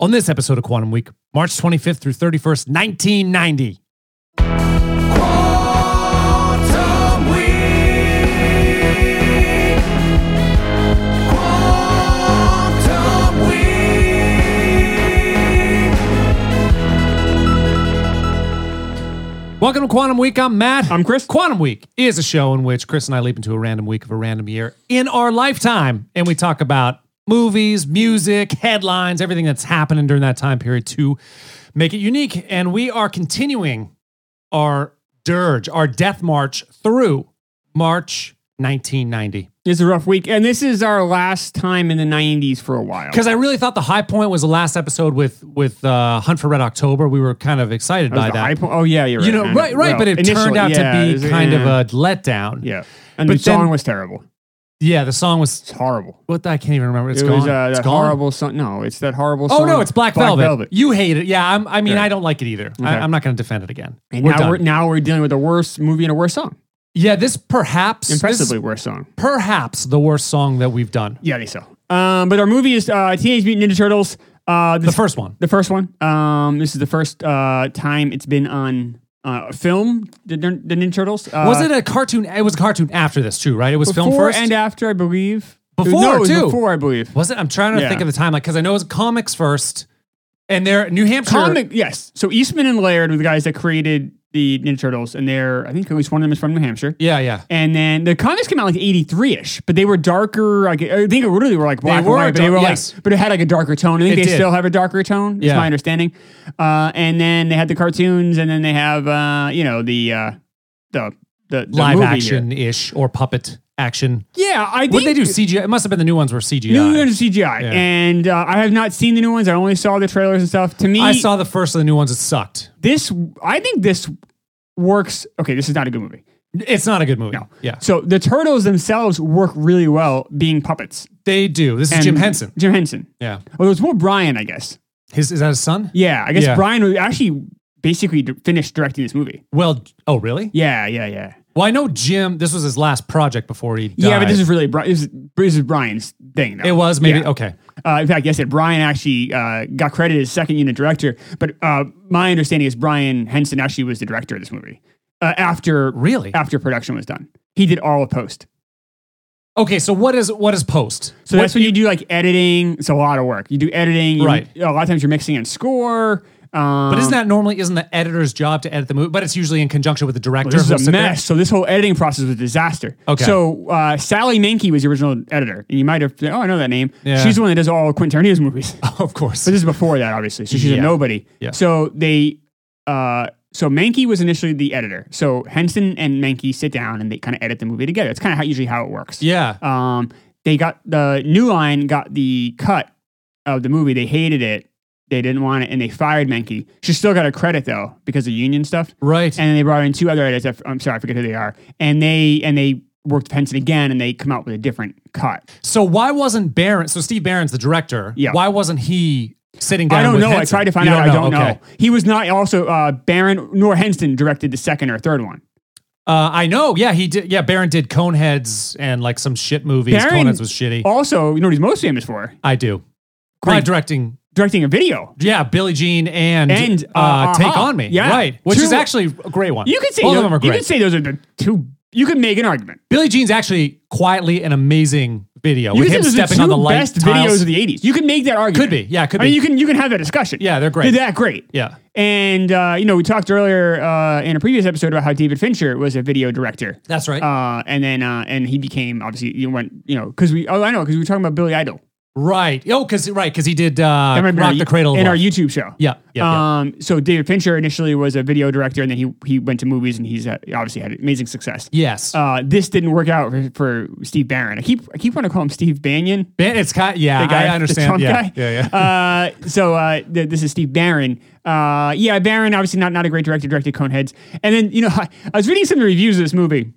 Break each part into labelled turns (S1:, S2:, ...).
S1: on this episode of Quantum Week, March 25th through 31st, 1990.
S2: Quantum Week. Quantum Week.
S1: Welcome to Quantum Week. I'm Matt.
S3: I'm Chris.
S1: Quantum Week is a show in which Chris and I leap into a random week of a random year in our lifetime. And we talk about movies, music, headlines, everything that's happening during that time period to make it unique. And we are continuing our dirge, our death march through March 1990.
S3: It's a rough week, and this is our last time in the '90s for a while.
S1: Because I really thought the high point was the last episode with with uh, Hunt for Red October. We were kind of excited by
S3: The
S1: that.
S3: high po- oh yeah, you're right.
S1: you know,
S3: I
S1: right, right,
S3: Well,
S1: but it
S3: initially,
S1: turned out
S3: yeah,
S1: to
S3: is
S1: be
S3: it-
S1: kind
S3: yeah.
S1: of a letdown.
S3: yeah. And
S1: but
S3: the song
S1: then-
S3: was terrible.
S1: Yeah, the song was
S3: It's horrible.
S1: What I can't even remember. It's
S3: it
S1: gone.
S3: was uh,
S1: it's
S3: that
S1: gone.
S3: horrible song. No, it's that horrible.
S1: Oh
S3: song.
S1: no, it's Black, Velvet.
S3: You,
S1: You hate it. Yeah, I'm, I mean,
S3: Yeah.
S1: I don't like it either.
S3: Okay.
S1: I, I'm not going to defend it again.
S3: and
S1: We're
S3: now
S1: done.
S3: we're now we're dealing with the worst movie and a worse song.
S1: yeah, this perhaps this
S3: Impressively
S1: is
S3: worse song.
S1: perhaps the worst song that we've done.
S3: Yeah, they so. Um, but our movie is uh, Teenage Mutant Ninja Turtles. Uh,
S1: The
S3: this,
S1: first one.
S3: the first one. Um, this is the first uh, time it's been on uh, film. The, the Ninja Turtles. Uh,
S1: was it a cartoon? It was a cartoon after this too, right? It was filmed
S3: before
S1: first.
S3: and after, I believe.
S1: Before,
S3: no, it was
S1: too.
S3: Before, I believe.
S1: was it? I'm trying to
S3: Yeah.
S1: think of the timeline because I know it was comics first, and they're New Hampshire.
S3: Comic, yes. So Eastman and Laird were the guys that created the Ninja Turtles, and they're I think at least one of them is from New Hampshire.
S1: Yeah, yeah.
S3: And then the comics came out like '83 ish, but they were darker. Like, I think it literally were like black
S1: were
S3: and white, but they
S1: dark-
S3: were
S1: yes.
S3: like, but it had like a darker tone. I think
S1: It
S3: they
S1: did.
S3: still have a darker tone. Is
S1: Yeah.
S3: my understanding. Uh, and then they had the cartoons, and then they have uh, you know the uh, the the, the
S1: Live
S3: movie
S1: action ish or puppet action.
S3: Here. Yeah, I think
S1: What they do CGI? It must have been the new ones were CGI.
S3: New ones are CGI,
S1: Yeah.
S3: and uh, I have not seen the new ones. I only saw the trailers and stuff. To me,
S1: I saw the first of the new ones. It sucked.
S3: this. I think this works. Okay, this is not a good movie.
S1: It's not a good movie.
S3: No.
S1: Yeah.
S3: So the turtles themselves work really well being puppets.
S1: They do. This is
S3: And-
S1: Jim Henson.
S3: Jim Henson.
S1: Yeah.
S3: Well, it was more Brian, I guess.
S1: His is that his son?
S3: Yeah, I guess
S1: Yeah.
S3: Brian was actually basically d- finished directing this movie.
S1: Well, oh really?
S3: Yeah, yeah, yeah.
S1: Well, I know Jim. This was his last project before he died.
S3: Yeah, but this is really Brian. This, is- this is Brian's thing. Though.
S1: it was maybe
S3: Yeah.
S1: okay.
S3: Uh, in fact, yes, it, Brian actually uh, got credited as second unit director, but uh, my understanding is Brian Henson actually was the director of this movie uh, after
S1: Really?
S3: after production was done. He did all of post.
S1: Okay, so what is what is post?
S3: So
S1: What-
S3: that's when you do like editing. It's a lot of work. You do editing, you-
S1: Right.
S3: A lot of times you're mixing in score. Um,
S1: but isn't that normally isn't the editor's job to edit the movie? But it's usually in conjunction with the director.
S3: this
S1: who'll
S3: is a
S1: sit there.
S3: mess? So this whole editing process was a disaster.
S1: Okay.
S3: So uh, Sally Mankey was the original editor, and you might have oh I know that name.
S1: Yeah.
S3: She's the one that does all of Quentin Tarantino's movies. but
S1: of course.
S3: this is before that, obviously. So she's
S1: Yeah.
S3: a nobody.
S1: Yeah.
S3: So they, uh, so Mankey was initially the editor. So Henson and Mankey sit down and they kind of edit the movie together. It's kind of how usually how it works.
S1: Yeah.
S3: Um, they got the New Line got the cut of the movie. They hated it. They didn't want it, and they fired Menke. She still got a credit though because of union stuff.
S1: Right.
S3: And they brought in two other editors. I f- I'm sorry, I forget who they are. And they and they worked with Henson again, and they come out with a different cut.
S1: so why wasn't Barron? So Steve Barron's the director.
S3: Yeah.
S1: Why wasn't he sitting down?
S3: I don't
S1: with
S3: know. I
S1: Henson?
S3: tried to find
S1: You
S3: out. I don't
S1: Okay.
S3: know. He was not also uh, Baron nor Henson directed the second or third one.
S1: Uh, I know. Yeah, he did. Yeah, Barron did Coneheads and like some shit movies.
S3: Barron-
S1: Coneheads was shitty.
S3: Also, you know what he's most famous for?
S1: I do. By
S3: Great.
S1: directing
S3: Directing a video.
S1: Yeah, Billie Jean and,
S3: And,
S1: uh,
S3: uh,
S1: Take
S3: Uh-huh.
S1: On Me.
S3: Yeah.
S1: Right. Which
S3: Two-
S1: is actually a great one.
S3: You could say
S1: both
S3: tho-
S1: of them are
S3: You
S1: great.
S3: could say those are the two. You could make an argument.
S1: Billie Jean's actually quietly an amazing video
S3: You
S1: with
S3: could
S1: him
S3: say those are
S1: stepping on
S3: two
S1: the light
S3: best
S1: tiles.
S3: videos of the '80s. You can make that
S1: could
S3: argument.
S1: be. Yeah, could
S3: I
S1: be.
S3: mean, you can you can have that discussion.
S1: Yeah, they're great.
S3: They're that great.
S1: yeah.
S3: And uh, you know, we talked earlier uh, in a previous episode about how David Fincher was a video director,
S1: That's right.
S3: uh, and then uh, and he became obviously you went you know because we oh I know because we were talking about Billy Idol.
S1: right. Oh, cuz right, cuz he did uh,
S3: I remember
S1: Rock
S3: in our-
S1: the Cradle of
S3: in our
S1: Love.
S3: YouTube show.
S1: Yeah. Yeah. yeah.
S3: Um. So David Fincher initially was a video director, and then he he went to movies, and he's uh, obviously had amazing success.
S1: yes.
S3: Uh, this didn't work out for, for Steve Barron. I keep I keep wanting to call him Steve Banyan.
S1: Man, it's kind yeah,
S3: the guy,
S1: I
S3: the
S1: understand.
S3: Trump
S1: yeah.
S3: guy.
S1: yeah. Yeah,
S3: Uh, so uh, th- this is Steve Barron. Uh, yeah, Barron, obviously not not a great director, directed Coneheads. And then you know, I, I was reading some of the reviews of this movie.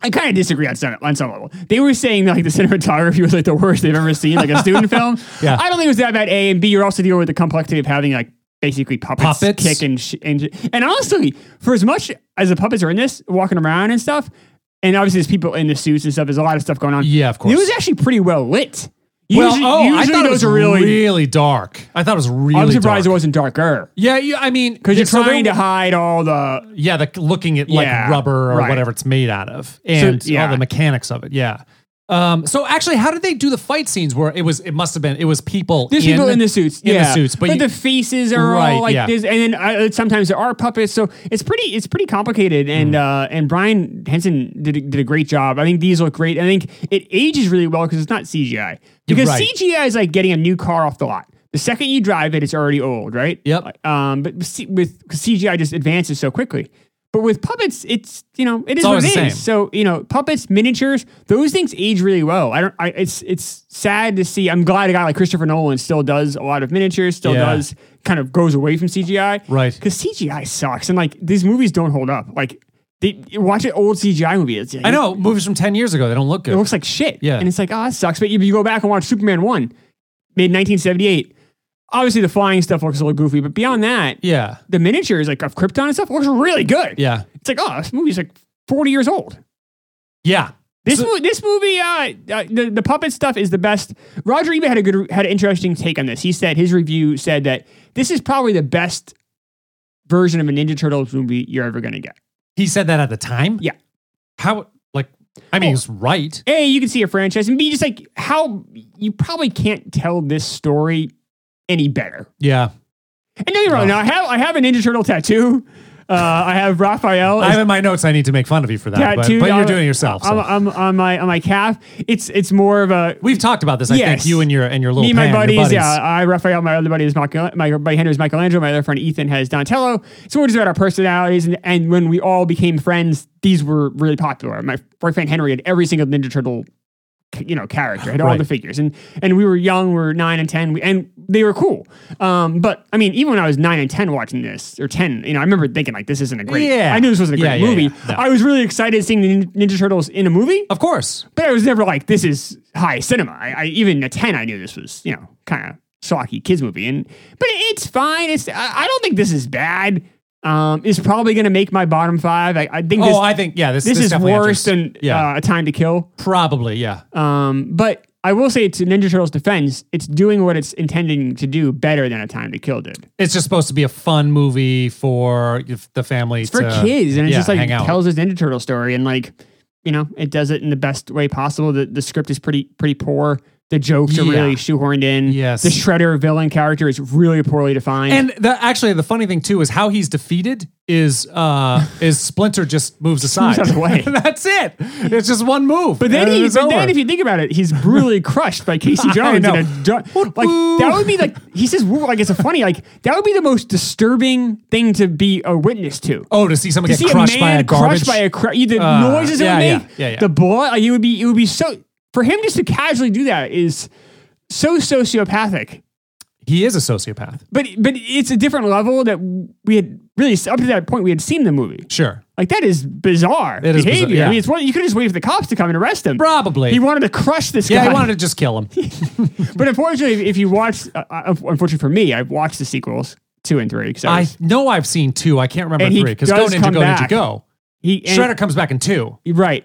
S3: I kind of disagree on some on some level. They were saying like the cinematography was like the worst they've ever seen, like a student film.
S1: Yeah.
S3: I don't think it was that bad. A and B, you're also dealing with the complexity of having like basically puppets,
S1: Puppets.
S3: kick and sh- and sh- and honestly, for as much as the puppets are in this, walking around and stuff, and obviously there's people in the suits and stuff. There's a lot of stuff going on.
S1: Yeah, of course.
S3: It was actually pretty well lit.
S1: Well,
S3: usually,
S1: oh, I
S3: usually
S1: thought it
S3: those
S1: was
S3: are
S1: really,
S3: really.
S1: dark. I thought it was really.
S3: I'm surprised it
S1: dark.
S3: wasn't darker
S1: Yeah, you, I mean,
S3: because you're
S1: it's not-
S3: trying to hide all the.
S1: Yeah, the looking at like
S3: Yeah,
S1: rubber or
S3: right.
S1: whatever it's made out of, and all
S3: yeah.
S1: the mechanics of it. Yeah. Um, so actually, how did they do the fight scenes? Where it was, it must have been, it was people.
S3: There's people in the suits,
S1: in
S3: yeah.
S1: the suits, but, you-
S3: the faces are
S1: Right,
S3: all like
S1: yeah.
S3: this, and then uh, sometimes there are puppets. So it's pretty, it's pretty complicated. And
S1: Hmm.
S3: uh, and Brian Henson did a, did a great job. I think these look great. I think it ages really well because it's not CGI. Because
S1: right.
S3: CGI is like getting a new car off the lot. The second you drive it, it's already old, right?
S1: Yep.
S3: Um, but C- with 'cause CGI just advances so quickly. But with puppets, it's you know it is what
S1: always
S3: it
S1: the same.
S3: is. So you know puppets, miniatures, those things age really well. I don't. I, it's it's sad to see. I'm glad a guy like Christopher Nolan still does a lot of miniatures. Still
S1: Yeah.
S3: does kind of goes away from CGI.
S1: Right.
S3: Because CGI sucks, and like these movies don't hold up. Like they you watch an old CGI movie. It's,
S1: I know movies from ten years ago. They don't look good.
S3: it looks like shit.
S1: Yeah.
S3: And it's like, oh, it sucks. But you, you go back and watch Superman 1, mid 1978. Obviously, the flying stuff looks a little goofy, but beyond that,
S1: yeah,
S3: the miniatures like of Krypton and stuff looks really good.
S1: yeah,
S3: It's like, oh, this movie's like 40 years old.
S1: yeah.
S3: This,
S1: So-
S3: mo- this movie, uh, uh, the, the puppet stuff is the best. Roger Ebert had a good, had an interesting take on this. He said his review said that this is probably the best version of a Ninja Turtles movie you're ever gonna get.
S1: He said that at the time.
S3: Yeah.
S1: How? Like, I mean, he's right.
S3: A, you can see a franchise, and B, just like how you probably can't tell this story any better.
S1: Yeah.
S3: And don't get me wrong,
S1: No.
S3: now I have I have an Ninja Turtle tattoo. Uh, I have Raphael.
S1: I have in my notes. I need to make fun of you for that, but,
S3: tattooed
S1: but you're
S3: on-
S1: doing it yourself.
S3: on-
S1: so.
S3: on- on my on my calf. It's it's more of a
S1: We've talked about this. I
S3: Yes.
S1: think you and your and your little
S3: me and my
S1: Pam, your
S3: buddies, Yeah, I Raphael. My other buddy is Michael, my buddy Henry is Michelangelo. My other friend Ethan has Donatello. So we're just about our personalities, and, and when we all became friends, these were really popular. My boyfriend Henry had every single Ninja Turtle, you know, character, had all
S1: Right.
S3: the figures, and and we were young, we were nine and ten, we, and they were cool. Um, but I mean, even when I was nine and ten watching this, or ten, you know, I remember thinking like, this isn't a great.
S1: Yeah.
S3: I knew this wasn't a
S1: Yeah,
S3: great
S1: yeah,
S3: movie.
S1: yeah. No.
S3: I was really excited seeing the Nin- Ninja Turtles in a movie
S1: Of course.
S3: but I was never like, this is high cinema. I, I even at ten, I knew this was you know kind of schlocky kids movie, and but it- it's fine. It's I, I don't think this is bad. Um, it's probably going to make my bottom five. I, I think this,
S1: oh, I think yeah. This
S3: this, is
S1: definitely
S3: worse
S1: enters.
S3: than
S1: yeah.
S3: uh, a Time to Kill.
S1: probably yeah.
S3: Um, but I will say to Ninja Turtles' defense, it's doing what it's intending to do better than a Time to Kill did
S1: It's just supposed to be a fun movie for if the family.
S3: for
S1: to,
S3: kids, and it's
S1: yeah,
S3: just like
S1: hang out.
S3: tells this Ninja Turtle story, and like you know, it does it in the best way possible. The the script is pretty pretty poor. The jokes are
S1: Yeah.
S3: really shoehorned in.
S1: Yes.
S3: the Shredder villain character is really poorly defined.
S1: And the, actually, the funny thing too is how he's defeated is uh is Splinter just moves aside.
S3: out of the way.
S1: That's it. It's just one move.
S3: but then,
S1: and
S3: he,
S1: it's
S3: but then
S1: over.
S3: if you think about it, he's brutally crushed by Casey Jones.
S1: know.
S3: in a ju- like that would be like he says "Woo," like it's a funny like that would be the most disturbing thing to be a witness to.
S1: oh, to see someone
S3: To
S1: get
S3: see
S1: crushed
S3: a
S1: by a
S3: man
S1: garbage.
S3: crushed by a cra- the
S1: Uh,
S3: noises it
S1: yeah,
S3: would
S1: yeah,
S3: make,
S1: yeah, yeah.
S3: the blood. Like, it would be it would be so for him just to casually do that is so sociopathic.
S1: he is a sociopath.
S3: But but it's a different level that we had really up to that point we had seen the movie.
S1: Sure.
S3: Like that is bizarre
S1: It is
S3: behavior.
S1: bizarre, yeah.
S3: I mean, it's one you could just wait for the cops to come and arrest him.
S1: Probably.
S3: He wanted to crush this
S1: yeah,
S3: guy.
S1: he wanted to just kill him.
S3: but unfortunately, if you watch, uh, uh, unfortunately for me, I've watched the sequels two and three. So
S1: I know I've seen two. I can't remember
S3: And he
S1: three because Go
S3: does
S1: Ninja
S3: come
S1: Go Ninja
S3: back.
S1: Go.
S3: he and-
S1: Shredder comes back in two.
S3: right.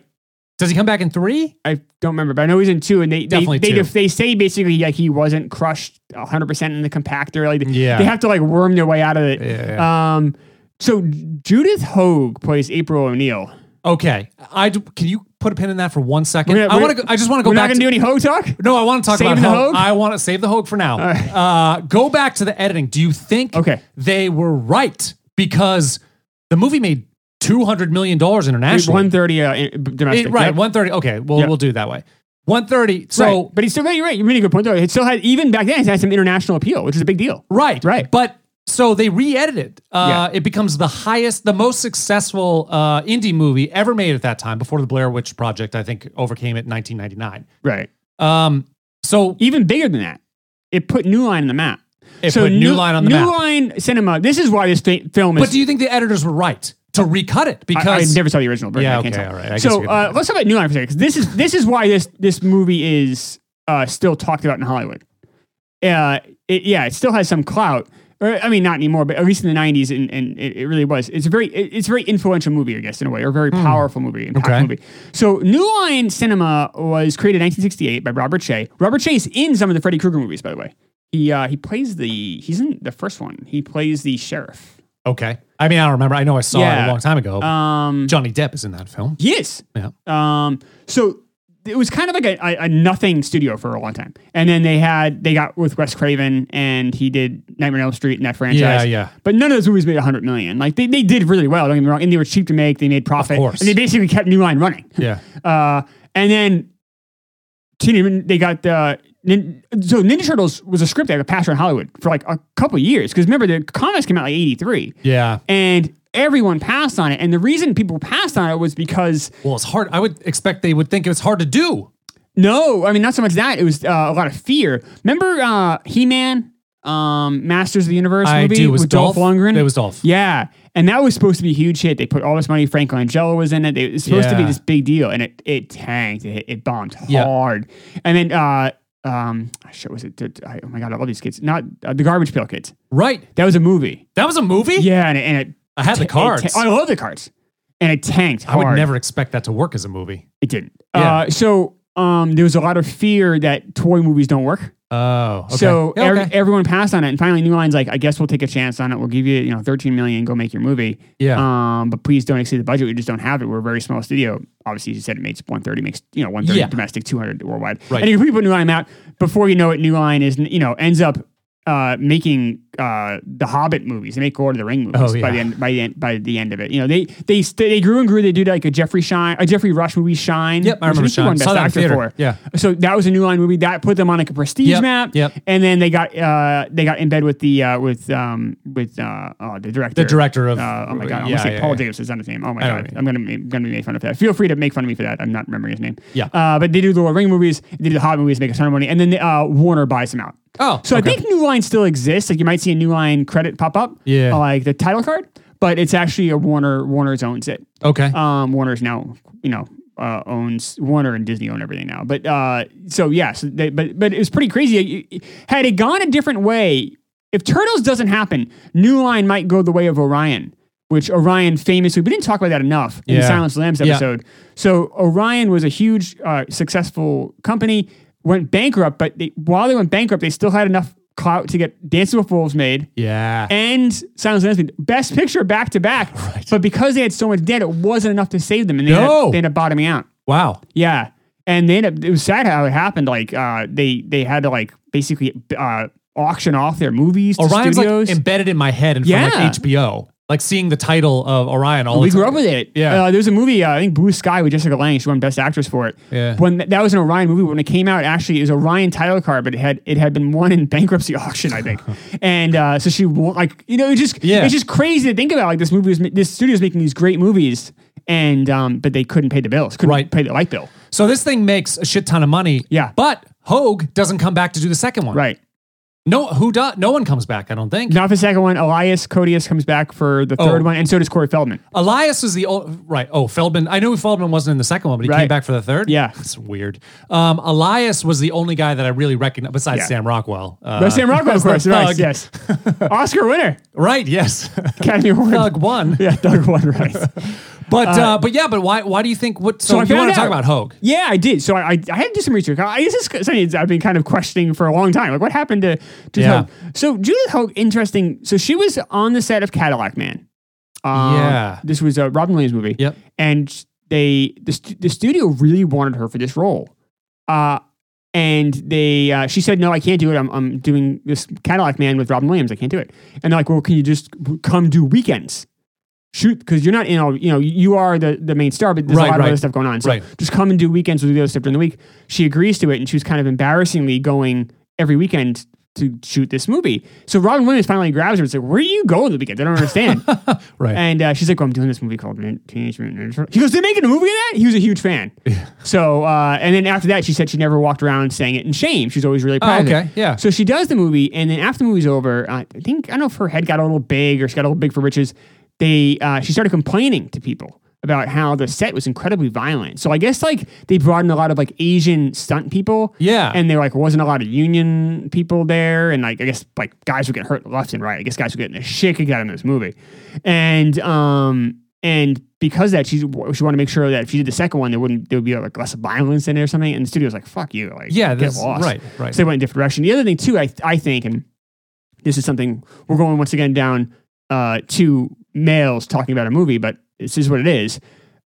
S1: Does he come back in three?
S3: I don't remember, but I know he's in two, and they
S1: Definitely
S3: they,
S1: two.
S3: they, def- they say basically like he wasn't crushed 100 percent in the compactor. Like
S1: Yeah.
S3: they have to like worm their way out of it.
S1: Yeah,
S3: Um, so Judith Hogue plays April O'Neil.
S1: Okay. I d- can you put a pin in that for one second?
S3: We're not-
S1: I
S3: we're-
S1: want to. I just want to go
S3: We're not
S1: back.
S3: gonna
S1: to,
S3: do any Hogue talk.
S1: no, I want to talk
S3: Save
S1: about
S3: the
S1: Hogue.
S3: Hogue?
S1: I want to save the Hogue for now.
S3: right.
S1: Uh, go back to the editing. Do you think
S3: Okay.
S1: they were right because the movie made two hundred million dollars internationally?
S3: 130 uh, in- domestic.
S1: It- right,
S3: Yep.
S1: one thirty. Okay, well,
S3: Yep.
S1: we'll do it that way. One thirty. So
S3: right. but he's still right. You're right. You made a good point though. It still had even back then it had some international appeal, which is a big deal.
S1: Right.
S3: Right.
S1: But so they re-edited. Uh, It becomes the highest, the most successful uh, indie movie ever made at that time. Before the Blair Witch Project, I think overcame it in 1999.
S3: Right.
S1: Um, so
S3: Even bigger than that, it put New Line on the map.
S1: It put New Line on the
S3: New
S1: map.
S3: Line Cinema. This is why this fi- film is.
S1: but do you think the editors were right to recut it?
S3: I- I,
S1: Because
S3: never saw the original version.
S1: Yeah,
S3: I can't
S1: okay,
S3: tell.
S1: all right. I guess
S3: so
S1: we can-
S3: uh, let's talk about New Line for a second, 'cause this is this is why this this movie is uh, still talked about in Hollywood. Uh, it, yeah, it still has some clout. or I mean, not anymore, but at least in the '90s, and, and it, it really was. It's a very, it- it's a very influential movie, I guess, in a way, or a very powerful movie, impactful
S1: Hmm. Okay.
S3: movie. So, New Line Cinema was created in 1968 by Robert Shea. Robert Shea is in some of the Freddy Krueger movies, by the way. He uh, he plays the he's in the first one. He plays the sheriff.
S1: Okay. I mean, I don't remember. I know I saw it a
S3: Yeah.
S1: long time ago.
S3: Um,
S1: Johnny Depp is in that film.
S3: he is.
S1: Yeah.
S3: Um, so it was kind of like a, a, a nothing studio for a long time, and then they had they got with Wes Craven, and he did Nightmare on Elm Street and that franchise.
S1: yeah.
S3: But none of those movies made a hundred million. Like they, they did really well. Don't get me wrong, and they were cheap to make. They made profit.
S1: course.
S3: And they basically kept New Line running.
S1: Yeah.
S3: Uh, and then Teenage they got the nin, so Ninja Turtles was a script that got passed around Hollywood for like a couple years because remember the comics came out like eighty three
S1: Yeah.
S3: and everyone passed on it. And the reason people passed on it was because
S1: Well, it's hard. I would expect they would think it was hard to do.
S3: no, I mean not so much that it was uh, a lot of fear. Remember uh, He Man, um, Masters of the Universe
S1: I
S3: movie
S1: do. It was
S3: with Dolph,
S1: Dolph.
S3: Lundgren.
S1: It was Dolph.
S3: Yeah, and that was supposed to be a huge hit. They put all this money. Frank Langella was in it. It was supposed to be
S1: Yeah.
S3: this big deal, and it it tanked. It, it bombed
S1: Yeah.
S3: hard. And then. Uh, um, shit, was it? did- I- oh my god, I love these kids. Not uh, the Garbage Pail Kids.
S1: Right.
S3: That was a movie.
S1: That was a movie?
S3: Yeah, and it, and it
S1: I had the
S3: it ta- oh,
S1: cards.
S3: I love the cards. And it tanked.
S1: I would
S3: hard.
S1: never expect that to work as a movie.
S3: It didn't.
S1: Yeah.
S3: Uh, so um, there was a lot of fear that toy movies don't work.
S1: Oh, okay.
S3: So
S1: Yeah,
S3: every-
S1: okay.
S3: everyone passed on it, and finally, New Line's like, "I guess we'll take a chance on it. We'll give you, you know, 13 million. Go make your movie.
S1: Yeah.
S3: Um, but please don't exceed the budget. We just don't have it. We're a very small studio. Obviously, you said it makes 130, makes you know 130
S1: Yeah.
S3: domestic, 200 worldwide.
S1: Right.
S3: And if we put New Line out, before you know it, New Line is you know ends up uh, making uh, the Hobbit movies. They make Lord of the Ring movies
S1: Oh,
S3: by the
S1: yeah.
S3: end by the end, by the end of it. You know, they they st- they grew and grew. They did like a Jeffrey Shine, a Jeffrey Rush movie, Shine.
S1: Yep, I
S3: which
S1: remember
S3: think he
S1: Shine.
S3: won
S1: Saw
S3: Best
S1: that in
S3: Actor
S1: theater.
S3: for.
S1: Yeah.
S3: So that was a New Line movie that put them on like a prestige
S1: Yep,
S3: map.
S1: yep.
S3: And then they got uh they got in bed with the uh with um with uh oh, the director
S1: The director of-
S3: uh, oh my god I
S1: yeah,
S3: almost say
S1: yeah,
S3: Paul
S1: yeah.
S3: Davis is not his name oh my
S1: I know
S3: god
S1: what you
S3: I'm gonna ma- gonna be made fun of for that feel free to make fun of me for that I'm not remembering his name
S1: Yeah.
S3: uh but they do the Lord of the Ring movies they do the Hobbit movies make a ton of money and then the, uh Warner buys them out
S1: Oh,
S3: so
S1: okay.
S3: I think New Line still exists like you might see a New Line credit pop up
S1: Yeah.
S3: uh, like the title card but it's actually a Warner Warner's owns it
S1: okay.
S3: um, Warner's now, you know, uh, owns Warner and Disney own everything now. But uh, so yeah, so they, but but it was pretty crazy. It- it- Had it gone a different way, if Turtles doesn't happen, New Line might go the way of Orion, which Orion famously we didn't talk about that enough in the
S1: Yeah.
S3: Silence of the Lambs
S1: Yeah.
S3: episode. So Orion was a huge uh, successful company, went bankrupt, but they, while they went bankrupt, they still had enough clout to get Dancing with Wolves made
S1: yeah.
S3: and Silence of the Lambs, best picture back to back. But because they had so much debt, it wasn't enough to save them, and they, ended,
S1: No.
S3: up, they ended up bottoming out.
S1: wow.
S3: Yeah, and they ended up. It was sad how it happened. Like uh, they they had to like basically uh, auction off their movies to
S1: Orion's
S3: studios.
S1: like embedded in my head and from
S3: Yeah.
S1: like HBO. Like seeing the title of Orion all
S3: we
S1: the time.
S3: grew up with it.
S1: Yeah.
S3: uh, there's a movie uh, I think Blue Sky with Jessica Lange. She won Best Actress for it.
S1: Yeah.
S3: when th- that was an Orion movie. When it came out, actually, it was Orion title card, but it had it had been won in bankruptcy auction, I think. and uh, so she won, like you know, it's just
S1: Yeah.
S3: it's just crazy to think about. Like this movie was ma- this studio's making these great movies, and um, but they couldn't pay the bills, couldn't
S1: Right.
S3: pay the light bill,
S1: So this thing makes a shit ton of money.
S3: Yeah.
S1: But Hogue doesn't come back to do the second one.
S3: right?
S1: No, who does? No one comes back, I don't think.
S3: Not for the second one. Elias Codius comes back for the third
S1: Oh.
S3: one, and so does Corey Feldman.
S1: Elias is the old, right. Oh, Feldman. I knew Feldman wasn't in the second one, but he came
S3: Right.
S1: back for the third.
S3: Yeah.
S1: That's weird. Um, Elias was the only guy that I really recognized besides
S3: Yeah.
S1: Sam Rockwell. Uh,
S3: But Sam Rockwell, of course,
S1: the
S3: right,
S1: thug.
S3: yes, Oscar winner,
S1: Right. Yes.
S3: Academy Award.
S1: Thug one.
S3: Yeah, Doug won, right?
S1: But, uh, but yeah, but why, why do you think what, so,
S3: I
S1: you
S3: found
S1: want to talk
S3: out-
S1: about Hogue?
S3: Yeah, I did. So I, I, I had to do some research. I, this is something that I've been kind of questioning for a long time. Like, what happened to Judith
S1: Yeah.
S3: Hogue? So Judith Hogue, interesting. So she was on the set of Cadillac Man. Um,
S1: Yeah.
S3: This was a Robin Williams movie.
S1: Yep.
S3: And they the, stu- the studio really wanted her for this role. Uh, and they uh, she said, no, I can't do it. I'm, I'm doing this Cadillac Man with Robin Williams. I can't do it. And they're like, well, can you just come do weekends? Shoot, because you're not in all, you know, you are the, the main star, but there's
S1: Right,
S3: a lot of
S1: right.
S3: other stuff going on. So
S1: Right.
S3: just come and do weekends with the other stuff during the week. She agrees to it, and she was kind of embarrassingly going every weekend to shoot this movie. So Robin Williams finally grabs her and says, Where do you go on the weekends? I don't understand.
S1: Right.
S3: and uh, she's like, Well, I'm doing this movie called Nin- Teenage Mutant Ninja Turtles." He goes, They're making a movie of that? He was a huge fan. So, uh, and then after that, she said she never walked around saying it in shame. She's always really proud. of it.
S1: Oh, okay. Yeah.
S3: So she does the movie, and then after the movie's over, uh, I think I don't know if her head got a little big or she got a little big for riches. They uh, she started complaining to people about how the set was incredibly violent. So I guess like they brought in a lot of like Asian stunt people.
S1: Yeah.
S3: And there like wasn't a lot of union people there. And like I guess like guys were getting hurt left and right. I guess guys were getting the shit kicked out in this movie. And um and because of that she she wanted to make sure that if she did the second one there wouldn't there would be like less violence in it or something. And the studio was like, fuck you. Like
S1: Yeah,
S3: get
S1: that's-
S3: lost.
S1: right, right.
S3: So they went in a different direction. The other thing too, I I think and this is something we're going once again down uh, to males talking about a movie, but this is what it is.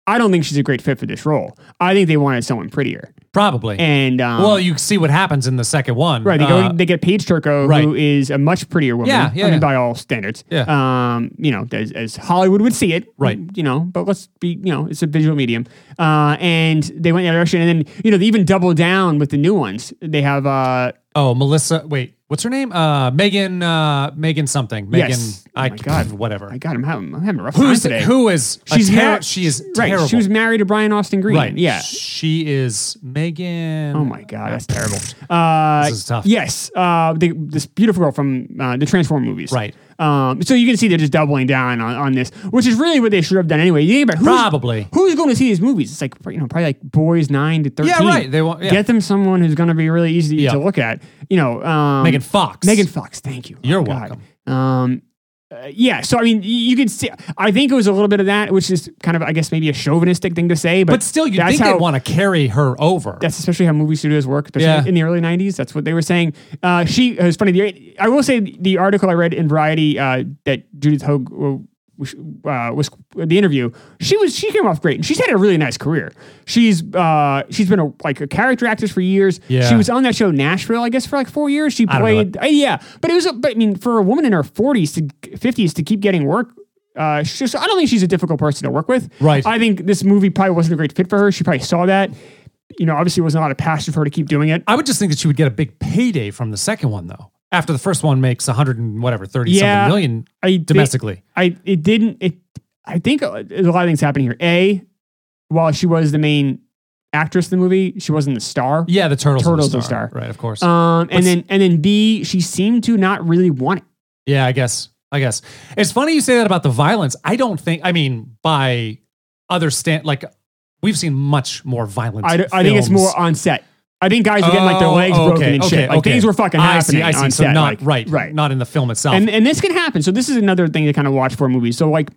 S3: I don't think she's a great fit for this role. I think they wanted someone prettier.
S1: Probably.
S3: And um,
S1: well, you see what happens in the second one.
S3: right, they go,
S1: Uh,
S3: they get Paige Turco,
S1: right.
S3: who is a much prettier woman.
S1: Yeah, yeah,
S3: I mean,
S1: yeah.
S3: by all standards.
S1: Yeah.
S3: Um, you know, as, as Hollywood would see it.
S1: Right.
S3: You know, but let's be, you know, it's a visual medium. Uh, and they went in that direction, and then you know they even double down with the new ones. They have uh,
S1: oh, Melissa. Wait, what's her name? Uh, Megan. Uh, Megan something. Megan.
S3: Yes. Oh
S1: I
S3: my God.
S1: whatever.
S3: I got him. I'm having a rough
S1: Who's
S3: time today.
S1: who is? a
S3: She's
S1: ter-
S3: mar-
S1: She is
S3: right.
S1: terrible.
S3: She was married to Brian Austin Green.
S1: right.
S3: Yeah.
S1: She is Megan.
S3: Oh my God, that's terrible. Uh,
S1: This is tough.
S3: Yes, uh, the, this beautiful girl from uh, the Transform movies.
S1: Right.
S3: Um, so you can see they're just doubling down on, on this, which is really what they should have done anyway. You think about who's,
S1: Probably.
S3: who's going to see these movies. It's like you know probably like boys nine to thirteen.
S1: Yeah, right. They want- yeah.
S3: get them someone who's going to be really easy
S1: Yeah.
S3: to look at. You know, um,
S1: Megan Fox.
S3: Megan Fox. Thank you. Oh,
S1: You're
S3: God.
S1: welcome.
S3: Um, uh, yeah, so I mean, y- you could see. I think it was a little bit of that, which is kind of, I guess, maybe a chauvinistic thing to say, but,
S1: But still, you
S3: that's
S1: think
S3: how,
S1: they want to carry her over.
S3: that's especially how movie studios work, especially
S1: Yeah.
S3: in the early '90s. That's what they were saying. Uh, she it was funny. The, I will say the article I read in Variety uh, that Judith Hoag uh, was the interview. She was she came off great, and she's had a really nice career. She's uh, she's been a, like a character actress for years.
S1: Yeah.
S3: She was on that show Nashville, I guess, for like four years. She
S1: don't know
S3: played uh, yeah, but it was a- but I mean for a woman in her 40s to 50s to keep getting work. Uh, she's just, I don't think she's a difficult person to work with.
S1: Right.
S3: I think this movie probably wasn't a great fit for her. She probably saw that. You know, obviously, it wasn't a lot of passion for her to keep doing it.
S1: I would just think that she would get a big payday from the second one, though. After the first one makes a hundred and whatever thirty
S3: Yeah,
S1: something million
S3: I thi-
S1: domestically.
S3: I it didn't. It. I think uh, there's a lot of things happening here. A, while she was the main actress in the movie, she wasn't the star.
S1: yeah, the turtles. are
S3: Turtles
S1: the
S3: and
S1: star.
S3: Star.
S1: Right, of course.
S3: Um,
S1: But-
S3: and then and then B, she seemed to not really want it.
S1: Yeah, I guess. I guess. It's funny you say that about the violence. I don't think, I mean, by other stand, like, we've seen much more violence.
S3: I, I think it's more on set. I think guys were getting like their legs
S1: Oh,
S3: broken and shit. like things were fucking
S1: I
S3: happening
S1: see, I see.
S3: on
S1: so
S3: set.
S1: Not,
S3: like-
S1: right,
S3: right.
S1: Not in the film itself.
S3: and and this can happen. So this is another thing to kind of watch for movies. So like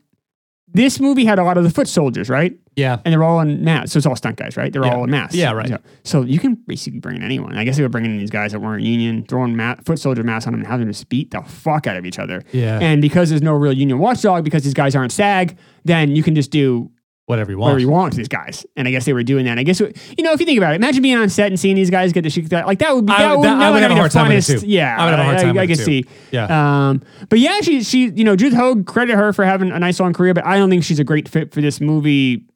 S3: this movie had a lot of the foot soldiers, right?
S1: yeah.
S3: And they're all in masks. So it's all stunt guys, right? They're
S1: Yeah.
S3: all in masks.
S1: Yeah, right.
S3: So, so you can basically bring in anyone. I guess they were bringing in these guys that weren't union, throwing ma- foot soldier masks on them and having them just beat the fuck out of each other.
S1: Yeah.
S3: And because there's no real union watchdog, because these guys aren't SAG, then you can just do
S1: Whatever you want.
S3: whatever you want to these guys. And I guess they were doing that. And I guess, it- you know, if you think about it, imagine being on set and seeing these guys get the shit like that would be, that,
S1: I would-
S3: would,
S1: that- I
S3: that
S1: would
S3: would
S1: have a
S3: be
S1: hard
S3: the
S1: time with it,
S3: funnest.
S1: too.
S3: Yeah.
S1: I would have a hard time
S3: I,
S1: with it,
S3: can
S1: too.
S3: see.
S1: Yeah.
S3: Um, but yeah, she, she, you know, Judith Hogue, credit her for having a nice long career, but I don't think she's a great fit for this movie.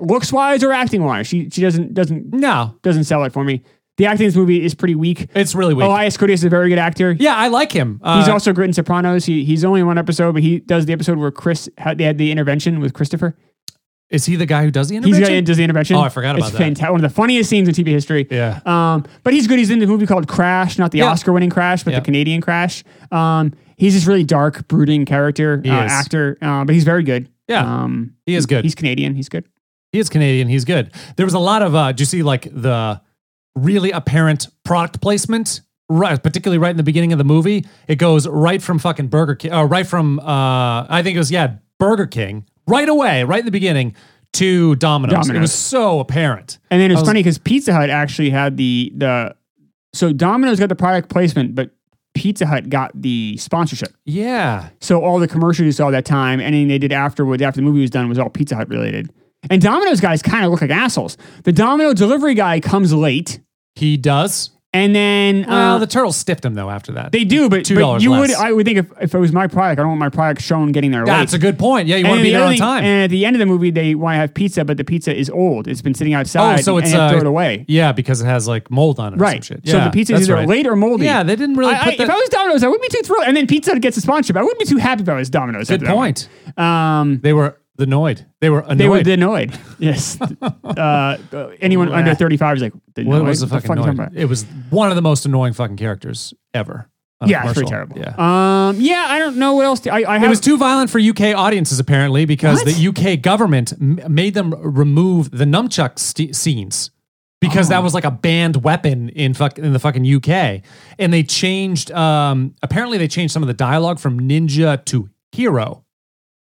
S3: Looks wise or acting wise. She, she doesn't, doesn't,
S1: no,
S3: doesn't sell it for me. The acting in this movie is pretty weak.
S1: it's really weak.
S3: Elias Cotis is a very good actor.
S1: yeah, I like him. Uh,
S3: Oh, He's also great in Sopranos. He, he's only in one episode, but he does the episode where Chris had, they had the intervention with Christopher.
S1: is he the guy who does the intervention?
S3: He's got does the intervention.
S1: Oh, I forgot about
S3: it's
S1: that.
S3: Fantastic. One of the funniest scenes in TV history.
S1: Yeah.
S3: Um, but he's good. He's in the movie called Crash, not the
S1: Yeah.
S3: Oscar-winning Crash, but
S1: Yeah.
S3: the Canadian Crash. Um, he's this really dark, brooding character uh,
S1: is.
S3: actor, uh, but he's very good.
S1: Yeah.
S3: Um,
S1: He is good.
S3: He's Canadian. He's good.
S1: He is Canadian. He's good. There was a lot of, uh, do you see like the really apparent product placement? Right, particularly right in the beginning of the movie, it goes right from fucking Burger King, uh, right from uh, I think it was yeah Burger King, right away, right in the beginning to Domino's. It
S3: Domino's.
S1: was so apparent.
S3: And then it's
S1: I was-
S3: funny because Pizza Hut actually had the the so Domino's got the product placement, but Pizza Hut got the sponsorship.
S1: Yeah,
S3: So all the commercials you saw that time, and then they did afterwards after the movie was done was all Pizza Hut related. And Domino's guys kind of look like assholes. The Domino delivery guy comes late,
S1: he does.
S3: and then
S1: Well,
S3: uh,
S1: the turtles stiffed him though. After that,
S3: they do. But,
S1: $2
S3: but you
S1: less.
S3: would, I would think if, if it was my product, I don't want my product shown getting there late.
S1: that's a good point. Yeah, you
S3: And
S1: want to
S3: then
S1: be
S3: the
S1: there
S3: other
S1: on
S3: thing-
S1: time.
S3: And at the end of the movie, they want to have pizza, but the pizza is old. It's been sitting
S1: oh,
S3: outside.
S1: so it's
S3: and they have to
S1: uh,
S3: throw it away.
S1: Yeah, because it has like mold on it. Or
S3: Right.
S1: some shit.
S3: so
S1: Yeah,
S3: the pizza
S1: that's
S3: is either
S1: right.
S3: late or moldy.
S1: Yeah, they didn't really
S3: I-
S1: put
S3: I-
S1: that-
S3: if I was Domino's, I wouldn't be too thrilled. And then Pizza Hut gets a sponsorship. I wouldn't be too happy if I was Domino's.
S1: Good
S3: after that one.
S1: point.
S3: Um,
S1: They were annoyed. They were annoyed.
S3: They were annoyed. Yes. uh, anyone under 35 is like, the
S1: What
S3: Noid?
S1: was the
S3: What
S1: fucking
S3: fuck are you
S1: annoying?
S3: talking about?
S1: It was one of the most annoying fucking characters ever. on a
S3: yeah, it's pretty
S1: commercial.
S3: terrible.
S1: Yeah.
S3: Um, yeah, I don't know what else. To, I, I
S1: It
S3: have
S1: was too violent for UK audiences, apparently, because
S3: What?
S1: the UK government m- made them remove the nunchuck st- scenes because
S3: Oh.
S1: that was like a banned weapon in fuck in the fucking UK, and they changed. Um, apparently, they changed some of the dialogue from ninja to hero.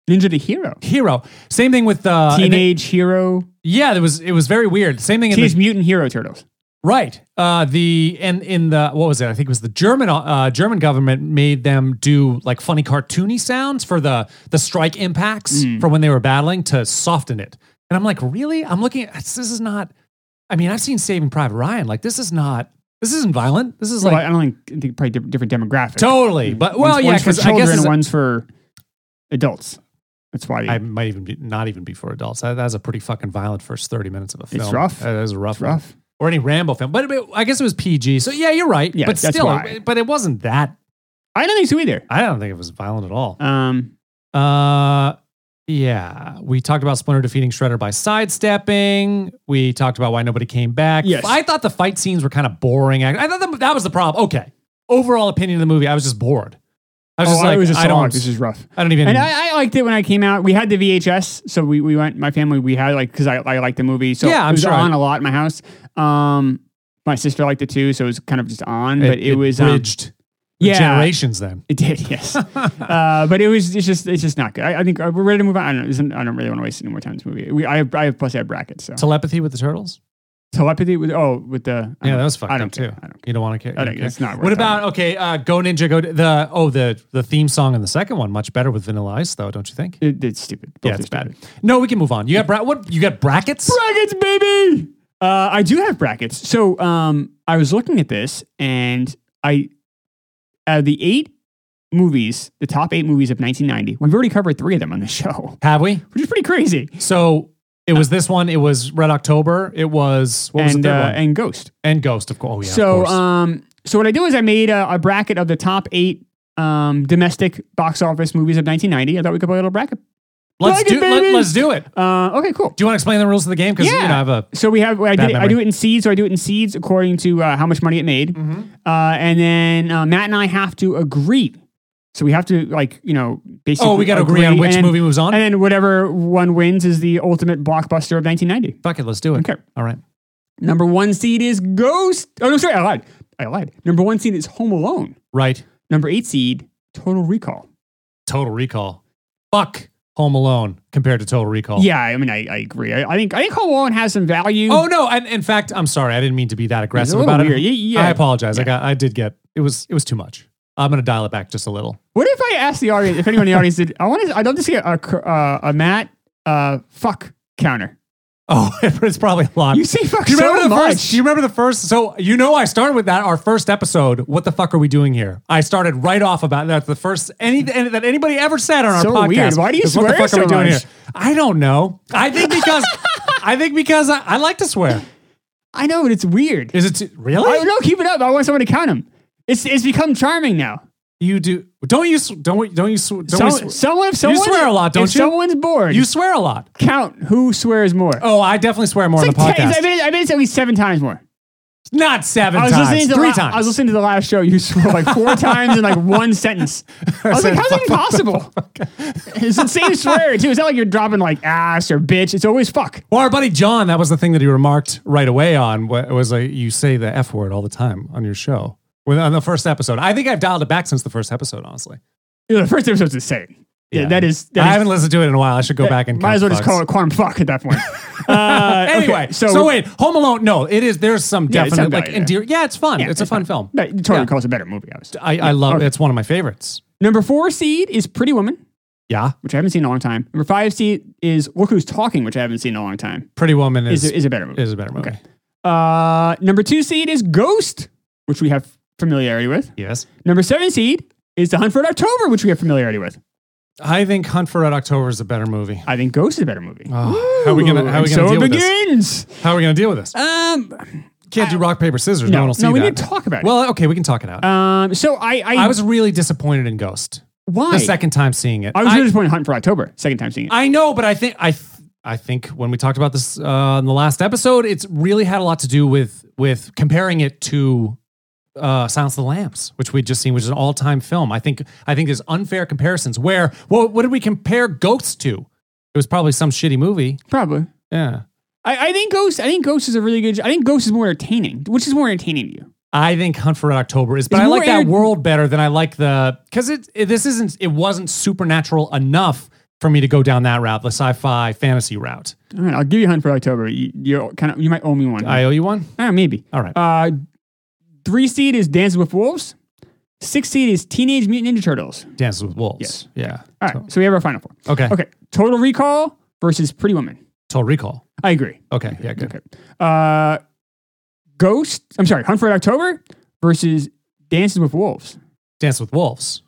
S3: Ninja the Hero,
S1: Hero. Same thing with uh, and they-
S3: Teenage Hero,
S1: Uh, yeah, there was it was very weird. Same thing in the
S3: Teenage Mutant Hero Turtles.
S1: Right. Uh, the and in the what was it? I think it was the German uh, German government made them do like funny cartoony sounds for the the strike impacts
S3: Mm.
S1: from when they were battling to soften it. And I'm like, really? I'm looking at this is not. I mean, I've seen Saving Private Ryan. Like, this is not. This isn't violent. This is
S3: Well,
S1: like
S3: I don't think, I think probably diff- different demographics.
S1: totally. But well,
S3: one's,
S1: yeah,
S3: one's for
S1: because I guess
S3: children,
S1: it's-
S3: one's for adults. That's why they,
S1: I might even be not even be for adults. That, that's a pretty fucking violent first thirty minutes of a film.
S3: rough.
S1: That is a rough,
S3: it's
S1: one.
S3: rough.
S1: or any Rambo film. But, but I guess it was PG. So yeah, you're right.
S3: Yeah,
S1: but
S3: that's
S1: still,
S3: why.
S1: but it wasn't that.
S3: I don't think so either.
S1: I don't think it was violent at all.
S3: Um,
S1: Uh, yeah, we talked about Splinter defeating Shredder by sidestepping. We talked about why nobody came back.
S3: Yes.
S1: I thought the fight scenes were kind of boring. I, I thought that, that was the problem. Okay, overall opinion of the movie, I was just bored. I was
S3: oh,
S1: just like,
S3: I
S1: I,
S3: was just
S1: don't,
S3: soft. This is rough.
S1: I don't even.
S3: And I, I liked it when I came out. We had the VHS, so we, we went. My family we had like because I I liked the movie, so
S1: Yeah,
S3: it
S1: I'm
S3: was
S1: sure.
S3: on a lot in my house. Um, my sister liked it too, so it was kind of just on. but it, was um,
S1: bridged the
S3: yeah.
S1: generations then.
S3: It did, yes. uh, but it was. It's just. It's just not good. I, I think uh, we're ready to move on. I don't. Know, I don't really want to waste any more time in this movie. We, I have. I have. Plus, I have brackets. So
S1: Telepathy with the turtles.
S3: telepathy with. Oh, with the. I
S1: Yeah,
S3: don't-
S1: that was fucked
S3: I don't
S1: up too.
S3: care. I don't.
S1: You don't want to care.
S3: I
S1: you
S3: don't-
S1: care.
S3: it's not worth
S1: What about okay? Uh, go Ninja Go. The oh the the theme song in the second one much better with Vanilla Ice though, don't you think?
S3: It, it's stupid. Both
S1: yeah,
S3: are
S1: it's bad.
S3: stupid.
S1: No, we can move on. You got bra- what? You got brackets?
S3: Brackets, baby. Uh, I do have brackets. So um, I was looking at this, and I out of the eight movies, the top eight movies of 1990, we've already covered three of them on the show,
S1: Have we?
S3: which is pretty crazy.
S1: So it was this one. It was Red October. It was what was
S3: and
S1: the third
S3: uh,
S1: one? And,
S3: and Ghost.
S1: Ghost, of course. Oh, yeah, of
S3: so
S1: course.
S3: um so what I do is I made a, a bracket of the top eight um domestic box office movies of 1990. I thought we could play a little bracket.
S1: let's
S3: like it,
S1: do let,
S3: baby!
S1: let's do it.
S3: Uh, okay, cool.
S1: Do you want to explain the rules of the game? Because you
S3: Yeah.
S1: know, I have a
S3: So we have I,
S1: Bad
S3: did it, I
S1: memory.
S3: do it in seeds. So I do it in seeds according to uh, how much money it made, uh, and then uh, Matt and I have to agree. So we have to like you know basically.
S1: Oh, we gotta agree on which
S3: and then-
S1: movie moves on?
S3: and then whatever one wins is the ultimate blockbuster of 1990.
S1: fuck it. Let's do it.
S3: Okay.
S1: All right.
S3: Number one seed is Ghost. Oh no, sorry, I lied. I lied. Number one seed is Home Alone.
S1: Right.
S3: Number eight seed, Total Recall.
S1: Total Recall. Fuck Home Alone compared to Total Recall.
S3: Yeah, I mean, I, I agree. I, I think I think Home Alone has some value.
S1: Oh no! And in fact, I'm sorry. I didn't mean to be that aggressive
S3: little
S1: about
S3: weird.
S1: it.
S3: Y- yeah.
S1: I apologize. I got. I did get. It was. It was too much. I'm gonna dial it back just a little.
S3: What if I asked the audience? If anyone in the audience did, I want to. I'd love to see a a, cr- uh, a Matt uh, fuck counter.
S1: Oh, it's probably a lot.
S3: You say fuck
S1: Do you remember
S3: so
S1: the
S3: much.
S1: first? Do you remember the first? So you know, I started with that. Our first episode. What the fuck are we doing here? I started right off about that's the first any any- that anybody ever said on our
S3: So
S1: podcast.
S3: weird. Why do you
S1: is,
S3: swear so much?"
S1: I don't know. I think because I think because I, I like to swear.
S3: I know, but it's weird.
S1: Is it too,
S3: I
S1: really?
S3: no, keep it up. I want someone to count them. It's it's become charming now.
S1: You do don't you s- don't don't you s- don't
S3: So,
S1: we swear?
S3: someone, if someone
S1: swear a lot, don't
S3: if
S1: you?
S3: Someone's bored.
S1: you swear a lot.
S3: count who swears more.
S1: Oh, I definitely swear more on
S3: It's
S1: the
S3: like ten-
S1: podcast.
S3: I bet, I bet it's at least seven times more.
S1: Not seven
S3: I was
S1: times,
S3: listening to
S1: three
S3: the la-
S1: times.
S3: I was listening to the last show. You swore like four times in like one sentence. I was like, how's that impossible? it's the same swear too. It's not like you're dropping like ass or bitch. It's always fuck.
S1: Well, our buddy John, that was the thing that he remarked right away on wa- was like, you say the F word all the time on your show. When, on the first episode. I think I've dialed it back since the first episode, hononestly.
S3: You know, the first episode's insane. Yeah, that is. that
S1: I
S3: is-
S1: haven't listened to it in a while. I should go back and
S3: might as well
S1: count
S3: just
S1: fucks.
S3: call it quantum fuck at that point. uh, okay,
S1: Anyway, so, wait, Home Alone. No, it is. There's some
S3: Yeah, it's
S1: definite
S3: got
S1: like
S3: value,
S1: endear. Yeah, it's fun.
S3: Yeah,
S1: it's a
S3: it's
S1: fun film.
S3: But Total
S1: Yeah.
S3: Recall's a better movie, obviously.
S1: I, I love.
S3: okay.
S1: It's one of my favorites.
S3: Number four seed is Pretty Woman,
S1: Yeah,
S3: which I haven't seen in a long time. Number five seed is Look Who's Talking, which I haven't seen in a long time.
S1: Pretty Woman
S3: Is
S1: is
S3: is a better movie.
S1: is a better movie.
S3: Okay. Uh, number two seed is Ghost, which we have familiarity with.
S1: Yes,
S3: Number seven seed is The Hunt for Red October, which we have familiarity with.
S1: I think Hunt for Red October is a better movie.
S3: I think Ghost is a better movie.
S1: Oh, how are we gonna- how are we
S3: And
S1: gonna
S3: so
S1: deal
S3: it
S1: with this?
S3: begins.
S1: How are we gonna deal with this?
S3: Um,
S1: Can't do rock paper scissors. No,
S3: no,
S1: one
S3: no,
S1: will see
S3: we
S1: that.
S3: need to talk about
S1: well, okay, we can talk it out.
S3: it. Um, so I, I,
S1: I was really disappointed in Ghost
S3: why
S1: the second time seeing it.
S3: I was
S1: I,
S3: really disappointed in Hunt for October. Second time seeing it.
S1: I know, but I think I th- I think when we talked about this uh, in the last episode, it's really had a lot to do with with comparing it to uh, Silence of the Lambs, which we just seen, which is an all-time film. I think I think there's unfair comparisons. Where well, what did we compare Ghosts to? It was probably some shitty movie.
S3: Probably.
S1: Yeah,
S3: I, I think Ghost. I think Ghost is a really good. I think Ghost is more entertaining. Which is more entertaining to you?
S1: I think Hunt for Red October is, but
S3: It's
S1: I like
S3: more
S1: that
S3: enter-
S1: world better than I like the because it, it- this isn't it wasn't supernatural enough for me to go down that route, the sci-fi fantasy route.
S3: All right, I'll give you a hunt for October. You, you're kind of. You might owe me one.
S1: I owe you one.
S3: Ah, maybe.
S1: All right.
S3: Uh, three seed is Dancing with Wolves. Six seed is Teenage Mutant Ninja Turtles.
S1: Dances with Wolves.
S3: yes.
S1: Yeah.
S3: All right, so we have our final four.
S1: Okay.
S3: Okay, Total Recall versus Pretty Woman.
S1: Total Recall.
S3: I agree.
S1: Okay. Yeah. Good.
S3: Okay. Uh, Ghost. I'm sorry, Hunt for Red October versus Dances with Wolves.
S1: Dance with Wolves.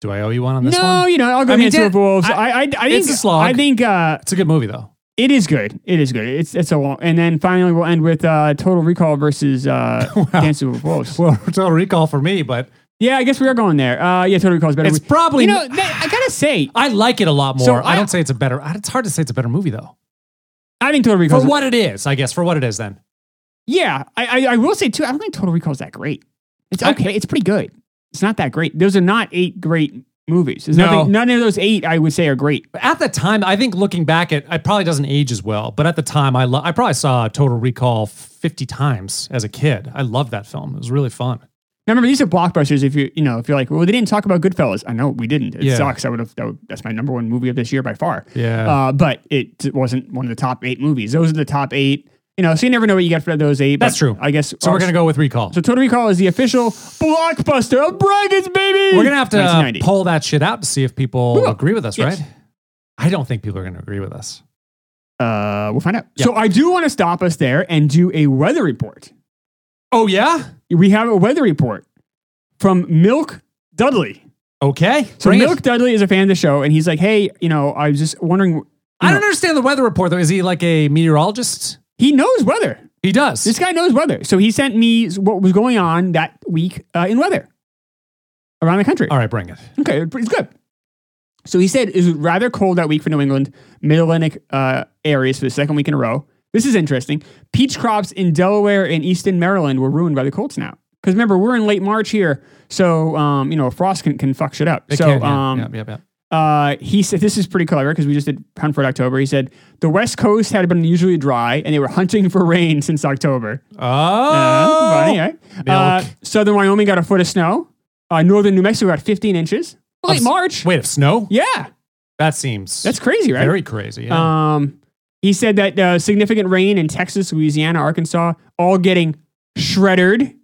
S1: Do I owe you one on this
S3: no,
S1: one?
S3: you know, I'll go
S1: I mean,
S3: Dances with
S1: Dan-
S3: Wolves.
S1: I-
S3: I, I, I think
S1: it's a slog.
S3: I think uh,
S1: It's a good movie though.
S3: it is good. It is good. It's it's a long. And then finally, we'll end with uh, Total Recall versus uh, Dances with Wolves.
S1: Well, Total Recall for me, but
S3: Yeah, I guess we are going there. Uh, yeah, Total Recall is better.
S1: It's
S3: We-
S1: probably-
S3: you know. that- I gotta say,
S1: I like it a lot more.
S3: So
S1: I,
S3: I-
S1: don't say it's a better. It's hard to say it's a better movie though.
S3: I think Total Recall.
S1: For what it is, I guess. For what it is, then.
S3: Yeah, I, I I will say too. I don't think Total Recall is that great. It's
S1: I-
S3: okay. it's pretty good. It's not that great. Those are not eight great movies. There's
S1: No.
S3: nothing, none of those eight I would say are great.
S1: But at the time, I think looking back, at it probably doesn't age as well. But at the time, I lo- I probably saw Total Recall fifty times as a kid. I loved that film. It was really fun.
S3: Now remember, these are blockbusters. If you you know if you're like, well, they didn't talk about Goodfellas. I know we didn't. It
S1: Yeah.
S3: sucks. I would have. That would, that's my number one movie of this year by far.
S1: Yeah.
S3: Uh, but it wasn't one of the top eight movies. Those are the top eight. You know, so you never know what you get for those eight. but
S1: That's true.
S3: I guess.
S1: So we're gonna go with Recall.
S3: So Total Recall is the official blockbuster of brackets, baby.
S1: we're gonna have to uh,
S3: 1990.
S1: poll that shit out to see if people
S3: will.
S1: agree with us,
S3: Yes.
S1: right? I don't think people are gonna agree with us.
S3: Uh, we'll find out. So I do want to stop us there and do a weather report.
S1: Oh yeah.
S3: We have a weather report from Milk Dudley.
S1: Okay.
S3: So
S1: Bring it.
S3: Milk Dudley is a fan of the show, and he's like, "Hey, you know, I was just wondering." you
S1: I don't
S3: know,
S1: understand the weather report though. Is he like a meteorologist?
S3: He knows weather.
S1: He does.
S3: This guy knows weather, so he sent me what was going on that week uh, in weather around the country.
S1: All right, bring it.
S3: Okay, it's good. So he said it was rather cold that week for New England, Mid Atlantic uh, areas for the second week in a row. This is interesting. Peach crops in Delaware and Eastern Maryland were ruined by the cold snap. Because remember, we're in late March here, so um, you know frost can, can fuck shit up.
S1: It
S3: so
S1: can, yeah,
S3: um,
S1: yeah, yeah, yeah.
S3: uh, he said this is pretty clever because we just did hunt for October. He said the West Coast had been unusually dry and they were hunting for rain since October.
S1: Oh,
S3: Uh, funny, right? Uh,
S1: Milk.
S3: southern Wyoming got a foot of snow. Uh, northern New Mexico got 15 inches. Late
S1: Of-
S3: March.
S1: Wait, of snow?
S3: Yeah,
S1: That seems
S3: that's crazy, right?
S1: very crazy. yeah.
S3: Um, he said that uh, significant rain in Texas, Louisiana, Arkansas, all getting shredded.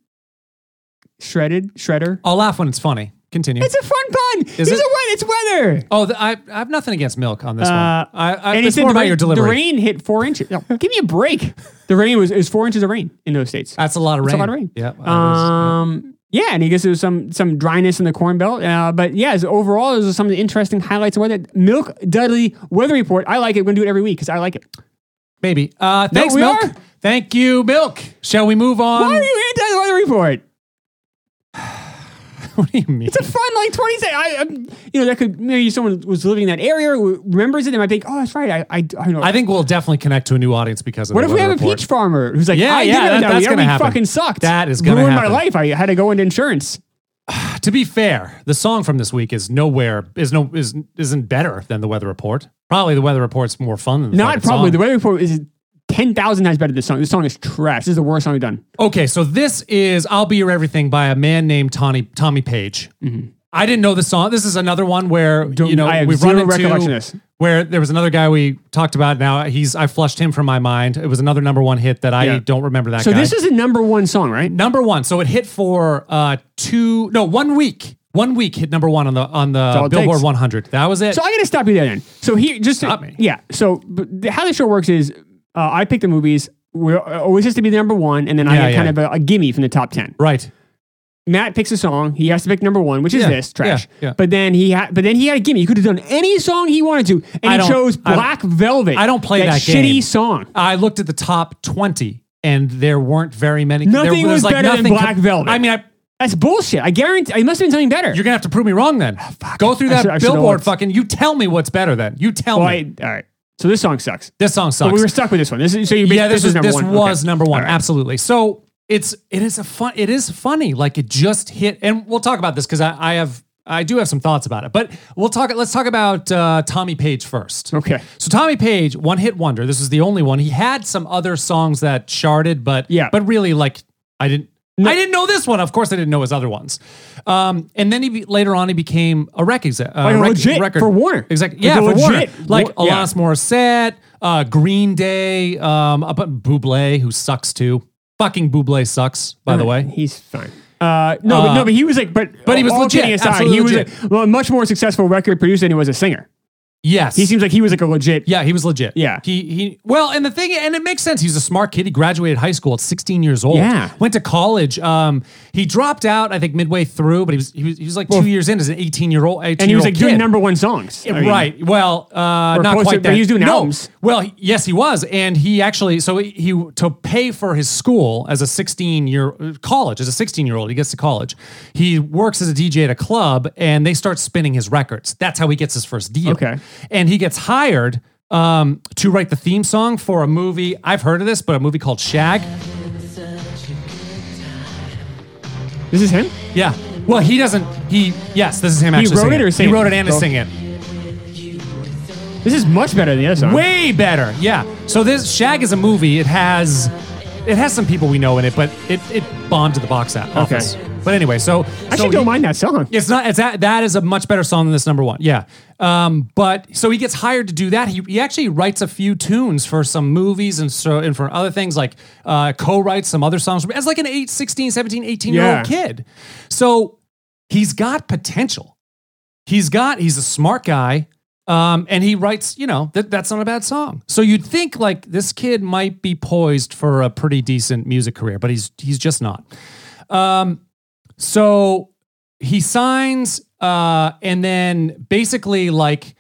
S3: Shredded, shredder.
S1: I'll laugh when it's funny. Continue.
S3: It's a fun pun. It's
S1: Oh. Is
S3: a
S1: it?
S3: weather. It's weather.
S1: oh, th- I, I have nothing against milk on this
S3: Uh,
S1: one. I, I,
S3: he
S1: it's
S3: said
S1: more
S3: the
S1: about
S3: rain-
S1: your delivery.
S3: The rain hit four inches. No, give me a break. The rain was it was four inches of rain in those states.
S1: That's a lot of rain.
S3: It's a lot of Uh, rain.
S1: Yeah. that is-
S3: Um, yeah, and I guess there was some some dryness in the corn belt. Uh, but yeah, so overall, those are some of the interesting highlights of weather. Milk Dudley weather report. I like it. We're gonna do it every week because I like it.
S1: maybe. Uh, thanks,
S3: we
S1: milk.
S3: are?
S1: Thank you, milk. Shall we move on?
S3: Why are you anti the weather report?
S1: what do you mean?
S3: It's a fun like twenty seconds. I, I, you know, that could maybe someone was living in that area or remembers it. They might think, oh, that's right. I, I, I know.
S1: I think we'll definitely connect to a new audience because of
S3: what
S1: the
S3: if we
S1: weather
S3: have a
S1: report.
S3: peach farmer who's like,
S1: Yeah,
S3: I
S1: yeah,
S3: did
S1: that-
S3: it that,
S1: that's
S3: week.
S1: gonna
S3: That week
S1: happen.
S3: Fucking sucked.
S1: That is gonna
S3: ruined
S1: happen.
S3: my life. I had to go into insurance.
S1: To be fair, the song from this week is nowhere is no is isn't better than the weather report. Probably the weather report's more fun than the
S3: Not
S1: fucking
S3: probably.
S1: song.
S3: The weather report is ten thousand times better than this song. This song is trash. This is the worst song we've done.
S1: Okay, so this is "I'll Be Your Everything" by a man named Tommy Tommy Page. I didn't know the song. This is another one where you know
S3: Mm-hmm. I have
S1: we've
S3: zero
S1: run into
S3: recollection of this.
S1: where there was another guy we talked about. Now he's I flushed him from my mind. It was another number one hit that I
S3: Yeah.
S1: don't remember that.
S3: So
S1: guy.
S3: this is a number one song, right?
S1: number one. So it hit for uh two no one week. One week hit number one on the on
S3: all
S1: the
S3: it
S1: Billboard
S3: takes.
S1: 100. That was it.
S3: So I got to stop you there then. So here, just
S1: Stop me.
S3: Yeah. So but the- how the show works is, uh, I pick the movies. We're it always has to be the number one, and then I
S1: Yeah,
S3: get kind
S1: yeah.
S3: of a, a gimme from the top ten.
S1: right.
S3: Matt picks a song. He has to pick number one, which is
S1: Yeah,
S3: this trash.
S1: yeah, yeah.
S3: But then he had, but then he had a gimme. He could have done any song he wanted to,
S1: I
S3: and he
S1: don't-
S3: chose
S1: I don't-
S3: Black Velvet.
S1: I don't play that
S3: shitty
S1: game.
S3: song.
S1: I looked at the top 20 and there weren't very many. there
S3: Nothing was better than Black Velvet.
S1: I mean, I,
S3: That's bullshit. I guarantee. I must have been something better.
S1: You're gonna have to prove me wrong then. Go through
S3: Oh, I
S1: that
S3: should- I should have
S1: billboard
S3: looked.
S1: fucking. You tell me what's better then. You tell
S3: Well,
S1: me.
S3: I- all right. So this song sucks.
S1: this song
S3: But
S1: sucks.
S3: we were stuck with this one. This is so you.
S1: yeah, this,
S3: is
S1: was
S3: number
S1: this
S3: one.
S1: was
S3: Okay.
S1: number one.
S3: All right.
S1: Absolutely. So it's it is a fun it is funny like it just hit and we'll talk about this because I, I have I do have some thoughts about it but we'll talk let's talk about uh, Tommy Page first
S3: Okay.
S1: so Tommy Page one hit wonder this is the only one he had some other songs that charted but
S3: Yeah.
S1: but really like I didn't I didn't know this one of course I didn't know his other ones um, and then he be, later on he became a rec exe- uh,
S3: Like
S1: rec-
S3: legit
S1: record
S3: for Warner.
S1: exactly
S3: Like
S1: yeah
S3: a
S1: for Warner.
S3: legit
S1: like
S3: Wa- yeah.
S1: Alanis Morissette, uh, Green Day, um, up at Buble, who sucks too. Fucking Buble sucks, by the way.
S3: He's fine. Uh, no, but,
S1: Uh,
S3: no, but he was like, but
S1: but he was
S3: all
S1: legit,
S3: kidding aside,
S1: absolutely
S3: he was
S1: legit.
S3: a, well, a much more successful record producer than he was a singer.
S1: Yes,
S3: He seems like he was like a legit.
S1: Yeah, he was legit.
S3: Yeah.
S1: he he. Well, and the thing, and it makes sense. He's a smart kid. He graduated high school at 16 years old.
S3: Yeah.
S1: went to college. Um, he dropped out, I think, midway through, but he was he was, he was like two years in as an 18 year old.
S3: and he was like doing number one songs. I mean,
S1: right. Well, uh,
S3: Or
S1: not
S3: close
S1: quite
S3: to-
S1: that.
S3: but he was doing
S1: no.
S3: albums.
S1: Well, he- yes, he was, and he actually so he, he- to pay for his school as a sixteen year college as a sixteen year old. He gets to college. He works as a DJ at a club, and they start spinning his records. That's how he gets his first deal.
S3: Okay.
S1: and he gets hired um, to write the theme song for a movie. I've heard of this, but a movie called Shag.
S3: This is him.
S1: Yeah. Well, he doesn't. He yes, this is him. Actually
S3: wrote
S1: singing
S3: it or sang
S1: he
S3: it?
S1: wrote it and is
S3: Oh.
S1: singing it.
S3: This is much better than the other song.
S1: way better. Yeah. So this Shag is a movie. It has it has some people we know in it, but it it bombed to the box at office. But anyway, so
S3: I actually don't mind that song.
S1: It's not. It's that. That is a much better song than this number one. Yeah. Um. But so he gets hired to do that. He, he actually writes a few tunes for some movies and so and for other things like uh, co-writes some other songs as like an 8, 16, 17, 18 year
S3: Yeah.
S1: old kid. So he's got potential. He's got. He's a smart guy. Um, and he writes, you know, that that's not a bad song. So you'd think like this kid might be poised for a pretty decent music career, but he's he's just not. Um, so he signs, uh, and then basically like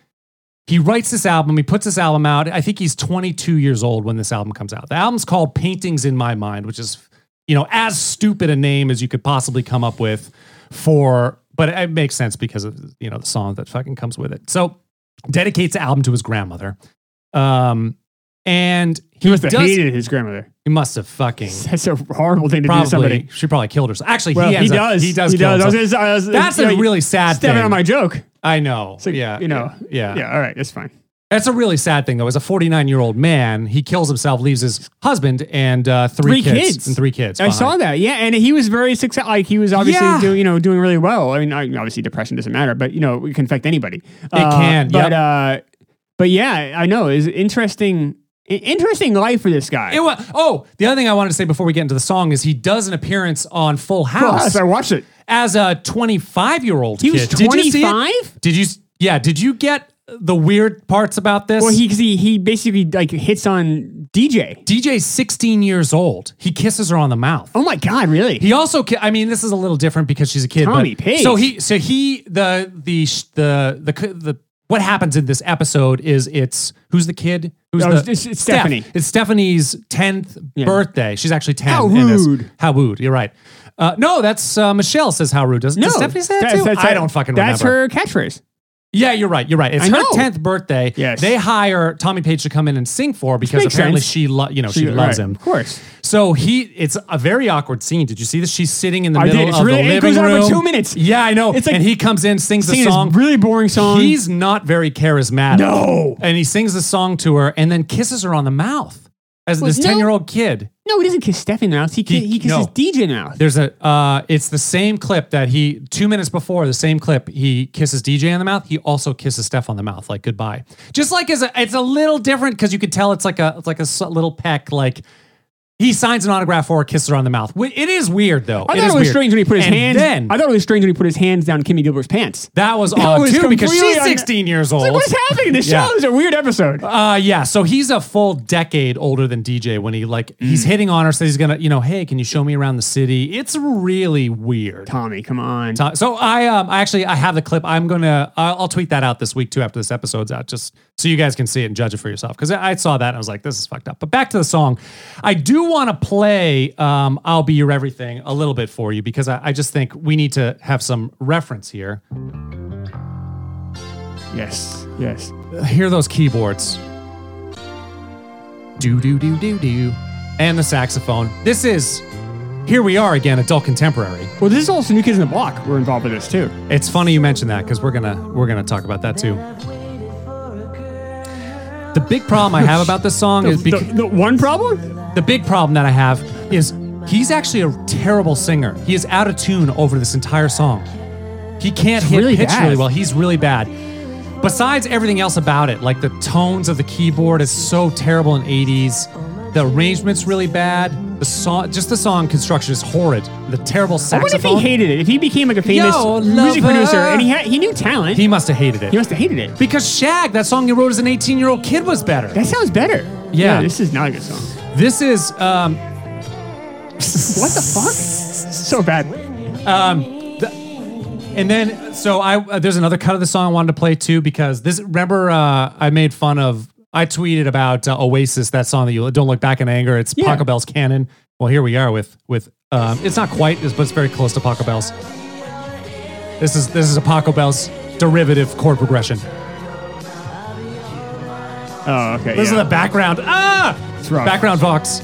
S1: he writes this album. He puts this album out. I think he's 22 years old when this album comes out. The album's called Paintings in My Mind, which is you know as stupid a name as you could possibly come up with for, but it makes sense because of you know the song that fucking comes with it. So dedicates the album to his grandmother. Um, and
S3: He must have
S1: does-
S3: hated his grandmother.
S1: he must have fucking
S3: That's a horrible thing to do to
S1: probably
S3: somebody.
S1: she probably killed herself. Actually,
S3: Well,
S1: he,
S3: he,
S1: ends up-
S3: does. uh,
S1: he does. kill
S3: I was
S1: himself.
S3: gonna- I was-
S1: That's
S3: you know,
S1: a really sad
S3: stepping
S1: thing.
S3: on my joke.
S1: I know.
S3: So,
S1: yeah,
S3: you know,
S1: Yeah.
S3: Yeah. All right. That's fine.
S1: That's a really sad thing, though. As a 49 year old man, he kills himself, leaves his husband and uh, three,
S3: Three kids.
S1: and three kids.
S3: I saw that. Yeah, and he was very successful. Like he was obviously
S1: Yeah.
S3: doing, you know, doing really well. I mean, I- obviously depression doesn't matter, but you know, it can affect anybody. It
S1: can,
S3: But
S1: yep.
S3: uh, but yeah, I know. Is interesting. i- Interesting life for this guy.
S1: It wa- oh, the other thing I wanted to say before we get into the song is he does an appearance on Full
S3: Well,
S1: House
S3: I watched it.
S1: as a 25 year old
S3: He was
S1: Did you see it?
S3: 25?
S1: Did you? s- Yeah. Did you get the weird parts about this?
S3: Well, he 'cause he he basically like hits on DJ.
S1: DJ's 16 years old. He kisses her on the mouth.
S3: Oh my god, really?
S1: He also, ki- I mean, this is a little different because she's a kid.
S3: Tommy
S1: but,
S3: Page.
S1: So he, so he, the the sh- the the c- the what happens in this episode is it's who's the kid? Who's
S3: Oh,
S1: the
S3: it's- it's
S1: Steph.
S3: Stephanie.
S1: It's Stephanie's tenth birthday. She's actually ten.
S3: How
S1: in this.
S3: rude.
S1: How rude. You're right. Uh, no, that's uh, Michelle says how rude. Doesn't does Stephanie say that
S3: that's-
S1: too?
S3: that's-
S1: I don't fucking
S3: That's
S1: remember.
S3: her catchphrase.
S1: Yeah, you're right. You're right. It's
S3: I
S1: her
S3: know.
S1: tenth birthday.
S3: Yes.
S1: They hire Tommy Page to come in and sing for her because
S3: makes
S1: apparently
S3: sense.
S1: she, lo- you know, she, loves
S3: right,
S1: him.
S3: of course.
S1: So he, it's a very awkward scene. Did you see this? She's sitting in the
S3: I did.
S1: middle
S3: It's
S1: of
S3: really-
S1: the
S3: it
S1: living
S3: goes on for
S1: room.
S3: two minutes.
S1: Yeah, I know.
S3: It's like-
S1: and he comes in, sings the
S3: Singing this
S1: song.
S3: really boring song.
S1: He's not very charismatic.
S3: No.
S1: and he sings the song to her, and then kisses her on the mouth as
S3: Well,
S1: this
S3: no.
S1: ten-year-old kid.
S3: no, he doesn't kiss Steph in the mouth. He, ki-
S1: He-
S3: he kisses
S1: no.
S3: DJ in the mouth.
S1: There's a. Uh, it's the same clip that he two minutes before the same clip he kisses DJ on the mouth. He also kisses Steph on the mouth, like goodbye. Just like as a, it's a little different because you could tell it's like a it's like a s- little peck. Like he signs an autograph for her, kisses her on the mouth. Wi- It is weird though.
S3: I
S1: is
S3: thought it was
S1: weird.
S3: strange when he put his
S1: and
S3: hands.
S1: Then,
S3: I thought it was strange when he put his hands down Kimmy Gibbler's pants.
S1: That was
S3: That
S1: odd
S3: was
S1: too because
S3: completely
S1: she's
S3: un-
S1: 16 years
S3: It's
S1: old.
S3: like, what is happening? This
S1: Yeah.
S3: show is a weird episode.
S1: Uh yeah, so he's a full decade older than DJ when he like he's
S3: Mm.
S1: hitting on her, so he's gonna you know, hey, can you show me around the city? It's really weird.
S3: Tommy, come on.
S1: Uh, So I um I actually I have the clip. I'm gonna I'll, I'll tweet that out this week too after this episode's out, just so you guys can see it and judge it for yourself. Because I I saw that and I was like, this is fucked up. But back to the song, I do want to play um "I'll Be Your Everything" a little bit for you because I, I just think we need to have some reference here.
S3: Yes, yes.
S1: hear those keyboards. Do do do do do. And the saxophone. This is Here we are again, adult contemporary.
S3: Well, this is also New Kids in the Block. We're involved with this too.
S1: It's funny you mentioned that because we're gonna we're gonna talk about that too. The big problem I have about this song is
S3: The,
S1: because
S3: the one problem?
S1: The big problem that I have is he's actually a terrible singer. He is out of tune over this entire song. He can't hit
S3: really
S1: pitch
S3: bad.
S1: really well. He's really bad. Besides everything else about it, like the tones of the keyboard is so terrible in 80s. The arrangement's really bad. The song, just the song construction is horrid. The terrible
S3: I wonder if
S1: saxophone.
S3: he hated it. If he became like a famous
S1: Yo,
S3: music
S1: lover.
S3: producer and he had, he knew talent,
S1: He
S3: he,
S1: must have hated it.
S3: must have hated it.
S1: Because Shag, that song he wrote as an 18 year old kid, was better.
S3: That sounds better.
S1: Yeah.
S3: this is not a good song.
S1: This is um,
S3: What the fuck? So bad.
S1: And then, so I uh, there's another cut of the song I wanted to play too because this. Remember, uh, I made fun of. I tweeted about uh, Oasis, that song that you don't look back in anger. It's
S3: Yeah.
S1: Paco Bell's canon. Well, here we are with with. Um, it's not quite, but it's very close to Paco Bell's. This is this is a Paco Bell's derivative chord progression.
S3: Oh, okay.
S1: This
S3: yeah.
S1: is the background. Ah,
S3: It's rough.
S1: background vox.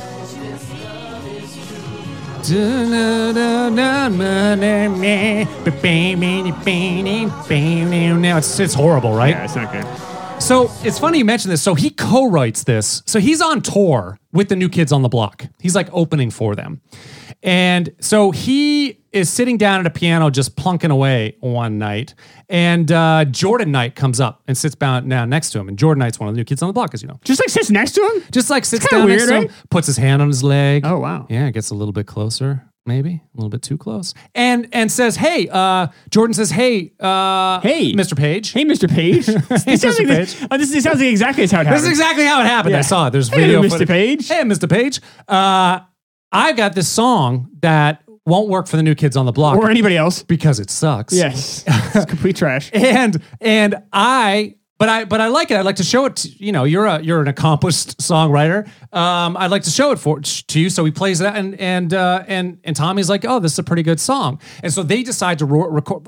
S1: Now it's it's horrible, right?
S3: Yeah, it's not good.
S1: So it's funny you mentioned this. So he co-writes this. So he's on tour with the New Kids on the Block. He's like opening for them, and so he is sitting down at a piano just plunking away one night. And uh, Jordan Knight comes up and sits down now next to him. And Jordan Knight's one of the New Kids on the Block, as you know.
S3: Just like sits next to him?
S1: Just like sits
S3: kinda
S1: down
S3: weird,
S1: next to him,
S3: right?
S1: puts his hand on his leg.
S3: Oh, wow.
S1: Yeah, gets a little bit closer, maybe a little bit too close, and and says, "Hey," uh, Jordan says, "Hey, uh,
S3: Hey.
S1: Mr. Page."
S3: Hey, Mr. Page. this, sounds
S1: Mr.
S3: Like this, oh, this, this sounds like exactly as how it happened.
S1: This is exactly how it happened.
S3: Yeah.
S1: I saw it. There's
S3: Hey,
S1: video.
S3: Mr.
S1: footage.
S3: Page.
S1: Hey, Mr. Page. Uh, I've got this song that won't work for the new kids on the block
S3: or anybody else.
S1: because it sucks.
S3: Yes. it's complete trash.
S1: And and I but I but I like it. I'd like to show it. To, you know, you're a you're an accomplished songwriter. Um, I'd like to show it for to you. So he plays that, and and uh, and and Tommy's like, oh, this is a pretty good song. And so they decide to ro- record.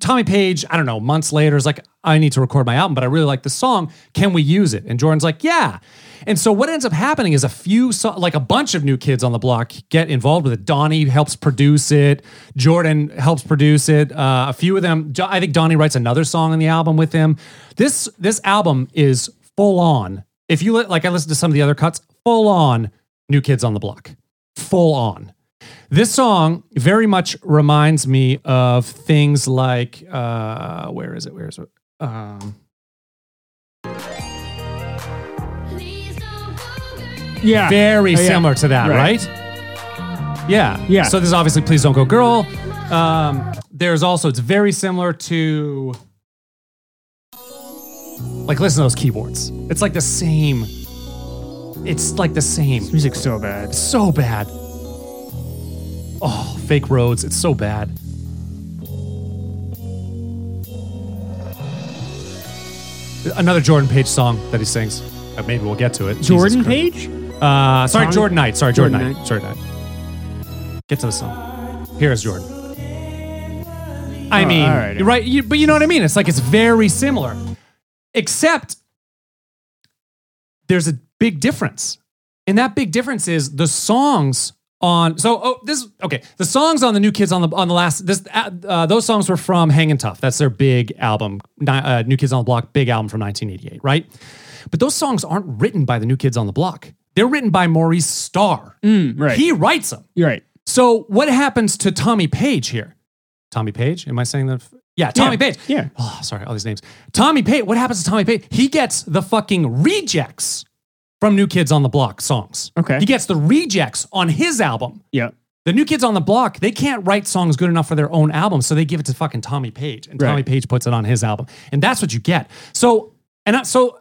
S1: Tommy Page, I don't know, months later is like, I need to record my album, but I really like the song. Can we use it? And Jordan's like, yeah. And so what ends up happening is a few, so- like a bunch of new kids on the block get involved with it. Donnie helps produce it. Jordan helps produce it. Uh, a few of them, Jo- I think Donnie writes another song on the album with him. This this album is full on. If you li- like, I listened to some of the other cuts, full on new kids on the block, full on. This song very much reminds me of things like uh, where is it? Where is it? Um,
S3: Yeah.
S1: very
S3: Oh, yeah.
S1: similar to that, right.
S3: Right.
S1: Yeah,
S3: Yeah.
S1: So there's obviously "Please Don't Go Girl." Um, there's also it's very similar to like listen to those keyboards. It's like the same. It's like the same.
S3: Music's so bad.
S1: so bad. Oh, fake roads. It's so bad. Another Jordan Page song that he sings. Uh, maybe we'll get to it. Jesus
S3: Jordan
S1: Christ.
S3: Page?
S1: Uh, sorry,
S3: Song?
S1: Jordan Knight. Sorry, Jordan,
S3: Jordan
S1: Knight. Sorry, Knight. Get to the song. Here is Jordan. I
S3: Oh,
S1: mean,
S3: alrighty.
S1: right? You, but you know what I mean. It's like it's very similar, except there's a big difference, and that big difference is the songs on. So, oh, this okay. The songs on the new kids on the on the last this uh, uh, those songs were from Hangin' Tough. That's their big album, ni- uh, New Kids on the Block, big album from 1988, right? But those songs aren't written by the New Kids on the Block. They're written by Maurice Starr.
S3: Mm, Right.
S1: He writes them.
S3: You're right.
S1: So what happens to Tommy Page here? Tommy Page? Am I saying that? f- Yeah, Tommy
S3: Yeah,
S1: Page.
S3: yeah.
S1: Oh, sorry, all these names. Tommy Page. What happens to Tommy Page? He gets the fucking rejects from New Kids on the Block songs.
S3: Okay.
S1: He gets the rejects on his album.
S3: Yeah.
S1: The New Kids on the Block, they can't write songs good enough for their own album, so they give it to fucking Tommy Page, and Tommy
S3: Right.
S1: Page puts it on his album, and that's what you get. So, and I, so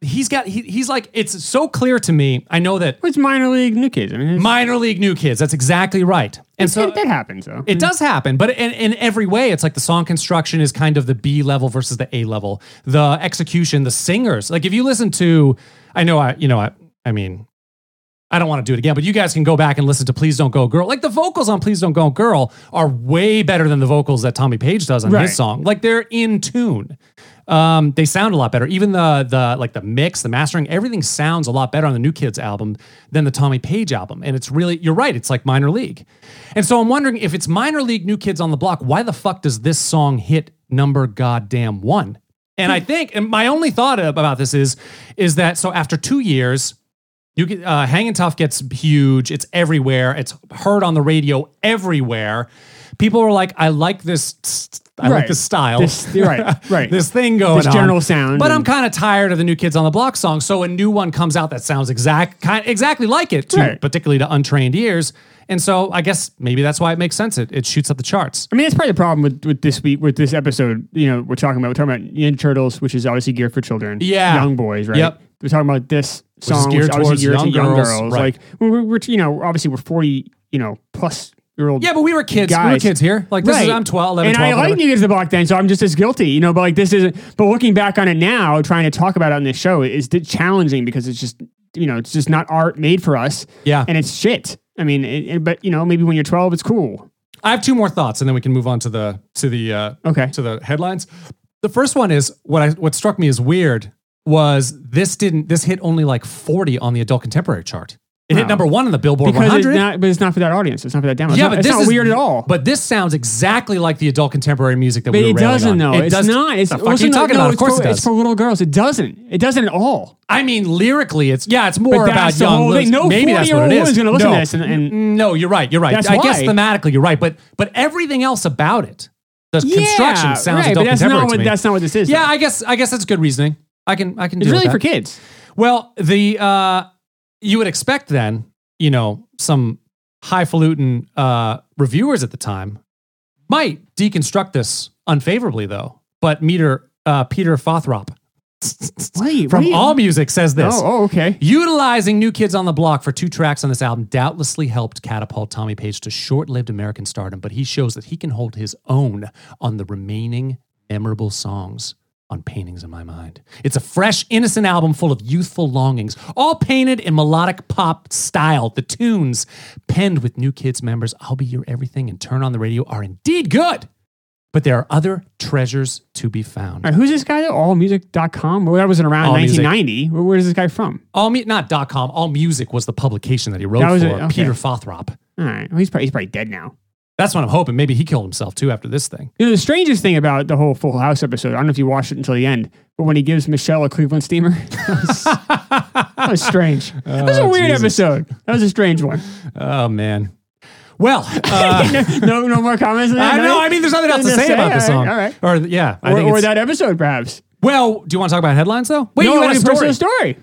S1: he's got he, he's like it's so clear to me. I know that
S3: Well, it's minor league new kids. I mean, it's,
S1: minor league new kids. That's exactly right. And so
S3: that, that happens though.
S1: it does happen, but in, in every way, it's like the song construction is kind of the B level versus the A level. The execution, the singers. Like if you listen to, I know I, you know I, I mean, I don't want to do it again, but you guys can go back and listen to "Please Don't Go Girl." Like the vocals on "Please Don't Go Girl" are way better than the vocals that Tommy Page does on
S3: Right.
S1: his song. Like they're in tune. Um, they sound a lot better. Even the the like the mix, the mastering, everything sounds a lot better on the New Kids album than the Tommy Page album. And it's really, you're right, it's like minor league. And so I'm wondering if it's minor league New Kids on the Block, why the fuck does this song hit number goddamn one? And I think, and my only thought ab- about this is, is that so after two years, you get uh, Hangin' Tough gets huge. It's everywhere. It's heard on the radio everywhere. People are like, I like this. st- I like
S3: Right.
S1: this style.
S3: This- you're right, right.
S1: this thing going
S3: This
S1: on.
S3: general sound
S1: But I'm
S3: and-
S1: kind of tired of the new Kids on the Block song. So a new one comes out that sounds exact kind exactly like it, to,
S3: Right.
S1: particularly to untrained ears. And so I guess maybe that's why it makes sense. It, it shoots up the charts.
S3: I mean, that's probably the problem with, with this week, with this episode. You know, we're talking about we're talking about Ninja Turtles, which is obviously geared for children,
S1: Yeah.
S3: young boys, right?
S1: Yep.
S3: We're talking about this
S1: is
S3: song,
S1: geared
S3: which is obviously
S1: towards
S3: geared to
S1: young
S3: young
S1: girls,
S3: girls.
S1: right.
S3: Like we're, we're, you know, obviously we're forty, you know, plus year old.
S1: Yeah, but we were kids. We were
S3: Guys.
S1: kids here. Like this is I'm 12, 11, 12.
S3: and I
S1: whatever.
S3: like New Kids on the Block then, so I'm just as guilty, you know. But like this isn't. But looking back on it now, trying to talk about it on this show is di- challenging because it's just you know it's just not art made for us.
S1: Yeah.
S3: and it's shit. I mean, it, it- but you know, maybe when you're 12, it's cool.
S1: I have two more thoughts, and then we can move on to the to the uh,
S3: Okay.
S1: to the headlines. The first one is what I what struck me as weird was this didn't this hit only like forty on the adult contemporary chart. It hit
S3: Wow.
S1: number one on the Billboard
S3: Because it's
S1: 100.
S3: not, but it's not for that audience. It's not for that demo. It's
S1: yeah,
S3: not-
S1: but
S3: it's
S1: this
S3: not
S1: is
S3: weird at all.
S1: But this sounds exactly like the adult contemporary music that
S3: But
S1: we were
S3: it
S1: railing
S3: doesn't
S1: on.
S3: though. it's
S1: does-
S3: not. It's
S1: the fuck are you
S3: no,
S1: talking
S3: no,
S1: about? Of
S3: it's
S1: course
S3: for,
S1: it does.
S3: It's for little girls. It doesn't. It doesn't at all.
S1: I mean, lyrically, it's yeah, it's more
S3: But
S1: about
S3: that's the
S1: young.
S3: whole
S1: Liz.
S3: thing. No
S1: Maybe that's what
S3: 40-year-old
S1: it is.
S3: woman's gonna listen
S1: no.
S3: to this and- and-
S1: Mm, no, you're right. You're right.
S3: That's
S1: I guess
S3: why.
S1: thematically, you're right. But but everything else about it, the
S3: yeah,
S1: construction sounds
S3: right,
S1: adult
S3: but that's
S1: contemporary
S3: not
S1: to
S3: what
S1: me.
S3: that's not what this is.
S1: yeah,
S3: though.
S1: I guess I guess that's good reasoning. I can I can.
S3: it's
S1: deal
S3: really
S1: with that.
S3: for kids.
S1: Well, the uh, you would expect then, you know, some highfalutin uh, reviewers at the time might deconstruct this unfavorably, though. But meter uh, Peter Fothrop
S3: Wait,
S1: from
S3: wait.
S1: AllMusic says this.
S3: Oh, oh, okay.
S1: Utilizing New Kids on the Block for two tracks on this album doubtlessly helped catapult Tommy Page to short lived American stardom, but he shows that he can hold his own on the remaining memorable songs on Paintings in My Mind. It's a fresh, innocent album full of youthful longings, all painted in melodic pop style. The tunes, penned with New Kids members, I'll Be Your Everything and Turn on the Radio, are indeed good, but there are other treasures to be found.
S3: All right, who's this guy? Though? Allmusic.com. Well, that wasn't around
S1: All
S3: in
S1: Music.
S3: 1990. Where, where is this guy from?
S1: All me not dot com. All music was the publication that he wrote
S3: That was
S1: for
S3: it, okay.
S1: Peter Fothrop.
S3: All right. Well, he's probably he's probably dead now.
S1: That's what I'm hoping. Maybe he killed himself too after this thing.
S3: You know, the strangest thing about the whole Full House episode, I don't know if you watched it until the end, but when he gives Michelle a Cleveland steamer, that was, that was strange. that was a
S1: Oh,
S3: weird
S1: Jesus.
S3: episode. That was a strange one.
S1: Oh man. Well, uh,
S3: no, no more comments. on that?
S1: I don't know. I mean, there's nothing else to
S3: Nothing
S1: say about this
S3: All
S1: song.
S3: right, All right.
S1: Or yeah, I
S3: Or,
S1: think
S3: or
S1: it's-
S3: that episode, perhaps.
S1: Well, do you want to talk about headlines though? Wait,
S3: no,
S1: you had
S3: I
S1: a
S3: want to
S1: story.
S3: personal story.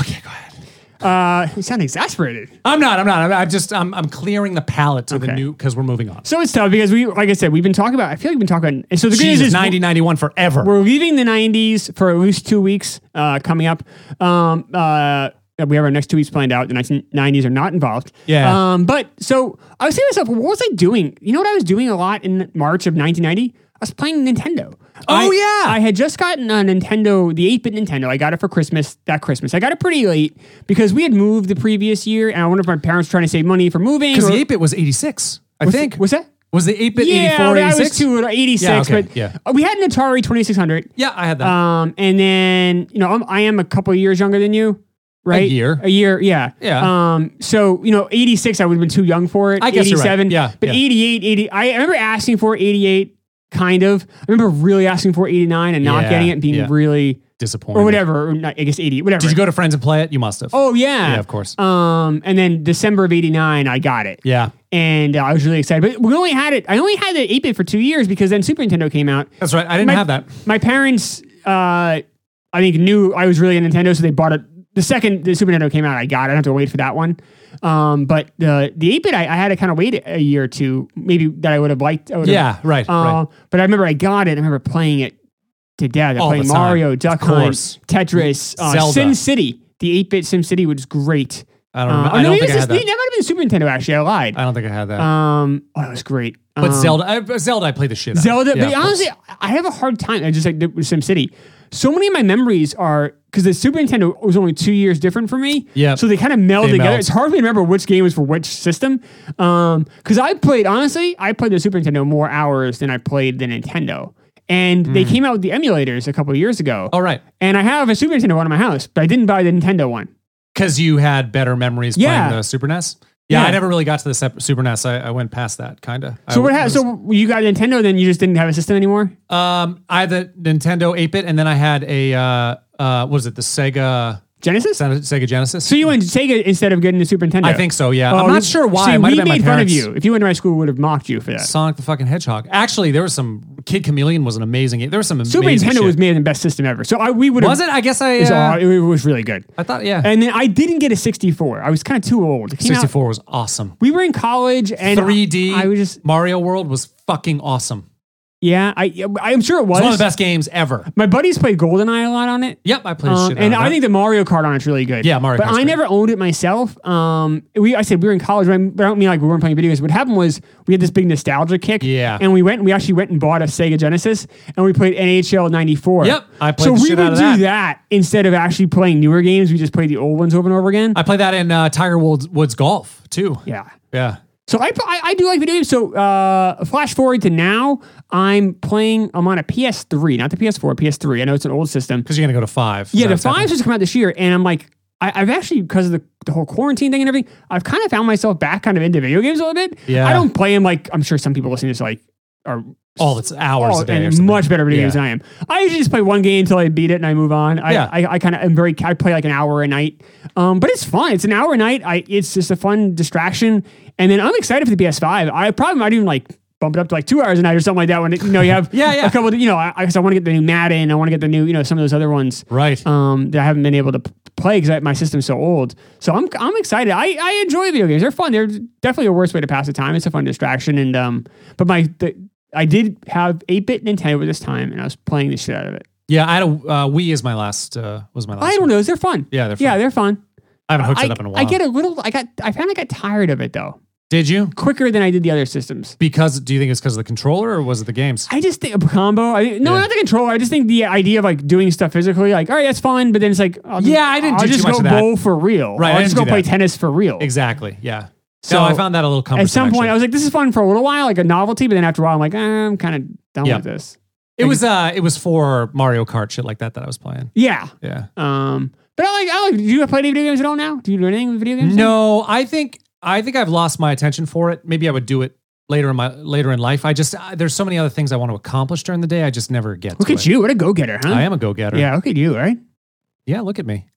S1: Okay, go ahead.
S3: Uh, you sound exasperated.
S1: I'm not. I'm not. I'm, I'm just. I'm. I'm clearing the palette to the
S3: Okay.
S1: new because we're moving on.
S3: So it's tough because we, like I said, we've been talking about. I feel like we've been talking. About, and so the good news
S1: Jesus,
S3: is
S1: 90, 91 forever.
S3: we're leaving the 90s for at least two weeks uh, coming up. Um, uh, we have our next two weeks planned out. The 1990s are not involved.
S1: Yeah.
S3: Um, but so I was saying to myself, what was I doing? You know what I was doing a lot in March of 1990? I was playing Nintendo.
S1: Oh,
S3: I-
S1: yeah.
S3: I had just gotten a Nintendo, the 8 bit Nintendo. I got it for Christmas that Christmas. I got it pretty late because we had moved the previous year. And I wonder if my parents were trying to save money for moving.
S1: Because
S3: or-
S1: the 8-bit was 86, I
S3: Was-
S1: think.
S3: was that?
S1: Was the 8-bit
S3: yeah,
S1: 84,
S3: I
S1: 86?
S3: was too little, 86.
S1: Yeah, okay,
S3: But
S1: yeah.
S3: we had an Atari 2600.
S1: Yeah, I had that.
S3: Um, and then you know I'm, I am a couple of years younger than you, right?
S1: year.
S3: a year, yeah,
S1: Yeah.
S3: Um, so you know, 86, I would have been too young for it.
S1: I guess you're right.
S3: 87,
S1: Yeah,
S3: but
S1: yeah.
S3: 88, 80. I remember asking for 88, kind of. I remember really asking for 89 and not
S1: Yeah,
S3: getting it, and being
S1: yeah.
S3: really
S1: Disappointing.
S3: or whatever. Or not, I guess 88, whatever.
S1: Did you go to friends and play it? You must have.
S3: Oh yeah,
S1: Yeah, of course.
S3: Um, and then December of '89, I got it.
S1: Yeah.
S3: and uh, I was really excited. But we only had it. I only had the 8-bit for two years because then Super Nintendo came out.
S1: That's right. I didn't
S3: my-
S1: have that.
S3: My parents, uh, I think, knew I was really a Nintendo, so they bought it. The second the Super Nintendo came out, I got it. I don't have to wait for that one. Um, but the the 8-bit, I, I had to kind of wait a year or two, maybe that I would have liked. I would've-
S1: Yeah, right,
S3: Uh,
S1: right.
S3: But I remember I got it. I remember playing it to death. I
S1: All
S3: played
S1: the time.
S3: Mario,
S1: Of
S3: Duck Hunt,
S1: course.
S3: Tetris, uh,
S1: Zelda.
S3: Sim City. The 8-bit Sim City was great.
S1: I don't
S3: Uh,
S1: remember.
S3: oh,
S1: I
S3: no,
S1: don't
S3: maybe
S1: think I
S3: it's
S1: had
S3: just-
S1: that.
S3: that might have been Super Nintendo, actually. I lied.
S1: I don't think I had that.
S3: Um, oh, that was great.
S1: But
S3: Um,
S1: Zelda, I, Zelda, I played the shit out. of.
S3: Zelda,
S1: Yeah,
S3: but
S1: of course.
S3: honestly, I have a hard time. I just like did with SimCity. So many of my memories are because the Super Nintendo was only two years different for me.
S1: Yep.
S3: So they kind of meld
S1: They
S3: together.
S1: meld.
S3: It's hard for me to remember which game was for which system. Um, because I played honestly, I played the Super Nintendo more hours than I played the Nintendo. and
S1: Mm.
S3: they came out with the emulators a couple of years ago.
S1: All right.
S3: And I have a Super Nintendo one in my house, but I didn't buy the Nintendo one.
S1: Because you had better memories
S3: Yeah.
S1: playing the Super NES. Yeah,
S3: Yeah.
S1: I never really got to the sep- Super NES. I, I went past that, kind of.
S3: So what? Ha- so you got Nintendo, then you just didn't have a system anymore.
S1: Um, I had the Nintendo 8-bit, and then I had a, uh, uh, what was it, the Sega,
S3: Genesis.
S1: Sega Sega Genesis?
S3: So you went to Sega instead of getting the Super Nintendo.
S1: I think so, yeah.
S3: Oh,
S1: I'm not
S3: we-
S1: sure why.
S3: See,
S1: it might
S3: we
S1: have been my
S3: made fun of
S1: parents.
S3: you. If you went to my school, we would have mocked you for that.
S1: Sonic the fucking Hedgehog. Actually, there was some, Kid Chameleon was an amazing game. There was some amazing
S3: Super Nintendo
S1: shit.
S3: was made the best system ever. So I we would have.
S1: Was it? I guess I,
S3: It's
S1: uh,
S3: all- it was really good.
S1: I thought, yeah.
S3: And then I didn't get a 64. I was kind of too old. It came out-
S1: 64 was awesome.
S3: we were in college and
S1: 3D
S3: I was just
S1: Mario World was fucking awesome.
S3: yeah. I I'm sure it was.
S1: It's one of the best games ever.
S3: My buddies played GoldenEye a lot on it.
S1: Yep, I played
S3: Um,
S1: shit. out
S3: and
S1: of
S3: I
S1: that.
S3: think the Mario Kart on it's really good.
S1: Yeah, Mario
S3: But
S1: Kart's
S3: I
S1: great.
S3: never owned it myself. Um, we I said we were in college. but I don't mean like we weren't playing video games. What happened was we had this big nostalgia kick.
S1: Yeah.
S3: And we went. We actually went and bought a Sega Genesis and we played NHL '94.
S1: Yep, I played
S3: So
S1: the
S3: we
S1: shit
S3: would
S1: out of
S3: do
S1: that.
S3: that. instead of actually playing newer games. We just played the old ones over and over again.
S1: I played that in uh, Tiger Woods, Woods Golf too.
S3: yeah.
S1: Yeah.
S3: So I, I, I do like video games. So uh, flash forward to now, I'm playing. I'm on a PS3, not the PS4, PS3. I know it's an old system.
S1: Because you're going to go to five.
S3: Yeah, the
S1: That's
S3: fives
S1: happening.
S3: just come out this year, and I'm like, I, I've actually because of the, the whole quarantine thing and everything, I've kind of found myself back kind of into video games a little bit.
S1: Yeah.
S3: I don't play them like I'm sure some people listening to this like are
S1: Oh, it's hours
S3: all
S1: a day. Or
S3: and
S1: something.
S3: much better video games
S1: Yeah.
S3: than I am. I usually just play one game until I beat it and I move on. I
S1: Yeah.
S3: I, I kind of am very I play like an hour a night, um, but it's fun. It's an hour a night. I it's just a fun distraction, and then I'm excited for the PS5. I probably might even like. Bump it up to like two hours a night or something like that. When it, you know you have
S1: Yeah, yeah.
S3: a couple, of, you know, I, I, 'cause I want to get the new Madden, I want to get the new, you know, some of those other ones
S1: Right.
S3: um, that I haven't been able to p- play because my system's so old. So I'm I'm excited. I, I enjoy video games. They're fun. They're definitely a worse way to pass the time. It's a fun distraction. And um, but my the, I did have eight bit Nintendo this time, and I was playing the shit out of it.
S1: yeah, I had a uh, Wii is my last. Uh, was my last.
S3: I don't
S1: one.
S3: know. They're fun.
S1: Yeah, they're
S3: Yeah,
S1: fun.
S3: they're fun.
S1: I haven't hooked
S3: I,
S1: it up in a while.
S3: I get a little. I got. I found I got tired of it though,
S1: Did you?
S3: quicker than I did the other systems.
S1: Because do you think it's because of the controller or was it the games?
S3: I just think a combo. I, no,
S1: Yeah.
S3: not the controller. I just think the idea of like doing stuff physically, like all right, that's fun. But then it's like, I'll
S1: Yeah, I didn't
S3: I'll
S1: do too
S3: just
S1: much
S3: go
S1: of that.
S3: bowl for real.
S1: Right, I
S3: I'll just go
S1: didn't do
S3: play
S1: that.
S3: tennis for real.
S1: exactly. Yeah. So
S3: So,
S1: I found that a little cumbersome.
S3: at some point,
S1: actually.
S3: I was like, "This is fun for a little while, like a novelty," but then after a while, I'm like, eh, "I'm kind of done
S1: Yeah.
S3: with this."
S1: it was uh, it was for Mario Kart shit like that that I was playing.
S3: Yeah.
S1: Yeah.
S3: Um. But I like. I like. Do you play any video games at all now? Do you do anything with video games? now?
S1: No, I think I think I've lost my attention for it. Maybe I would do it later in my later in life. I just uh, there's so many other things I want to accomplish during the day. I just never get.
S3: Look
S1: to
S3: at
S1: it.
S3: you! What a go getter, huh?
S1: I am a go getter.
S3: Yeah. Look at you, right?
S1: Yeah. Look at me.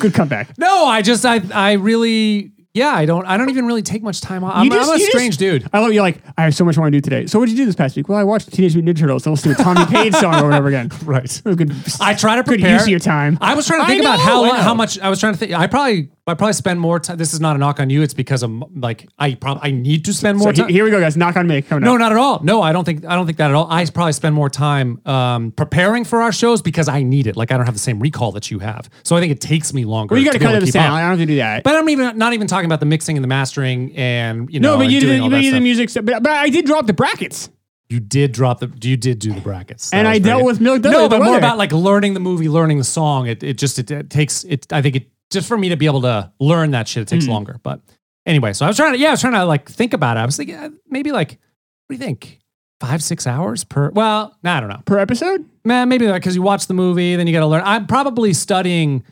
S3: Good comeback.
S1: No, I just I I really yeah I don't I don't even really take much time off. I'm,
S3: You just-
S1: I'm a
S3: you just-
S1: strange dude.
S3: I love you. Like I have so much more to do today. So what'd you do this past week? Well, I watched Teenage Mutant Ninja Turtles. So let's do a Tommy Page song over and over again.
S1: Right.
S3: Good.
S1: I try to
S3: Good
S1: prepare.
S3: use of your time.
S1: I was trying to
S3: I
S1: think about
S3: know,
S1: how
S3: I know.
S1: how much I was trying to think. I probably I probably spend more time. This is not a knock on you. It's because I'm like I probably I need to spend more
S3: So
S1: time.
S3: he- here we go, guys. Knock on me. Coming
S1: No,
S3: up.
S1: not at all. No, I don't think I don't think that at all. I probably spend more time um, preparing for our shows because I need it. Like I don't have the same recall that you have, so I think it takes me longer.
S3: Well, you got
S1: to be
S3: to cut
S1: able
S3: up
S1: to
S3: the
S1: keep
S3: sound. I
S1: up.
S3: don't have to do that.
S1: But I'm even not even talking about the mixing and the mastering and you know.
S3: no, but
S1: and
S3: you
S1: doing
S3: did.
S1: all
S3: But
S1: that
S3: you did
S1: stuff.
S3: the music. stuff. But, but I did drop the brackets.
S1: You did drop the. You did do the brackets, That
S3: And
S1: was
S3: I
S1: very
S3: dealt
S1: good.
S3: with Milk Dud
S1: No,
S3: with the
S1: but more
S3: weather.
S1: about like learning the movie, learning the song. It it just it, it takes it. I think it just for me to be able to learn that shit. It
S3: Hmm.
S1: takes longer. But anyway, so I was trying to yeah, I was trying to like think about it. I was thinking uh, maybe like what do you think? Five six hours per. Well, nah, I don't know.
S3: per episode.
S1: Man, maybe like because you watch the movie, then you got to learn. I'm probably studying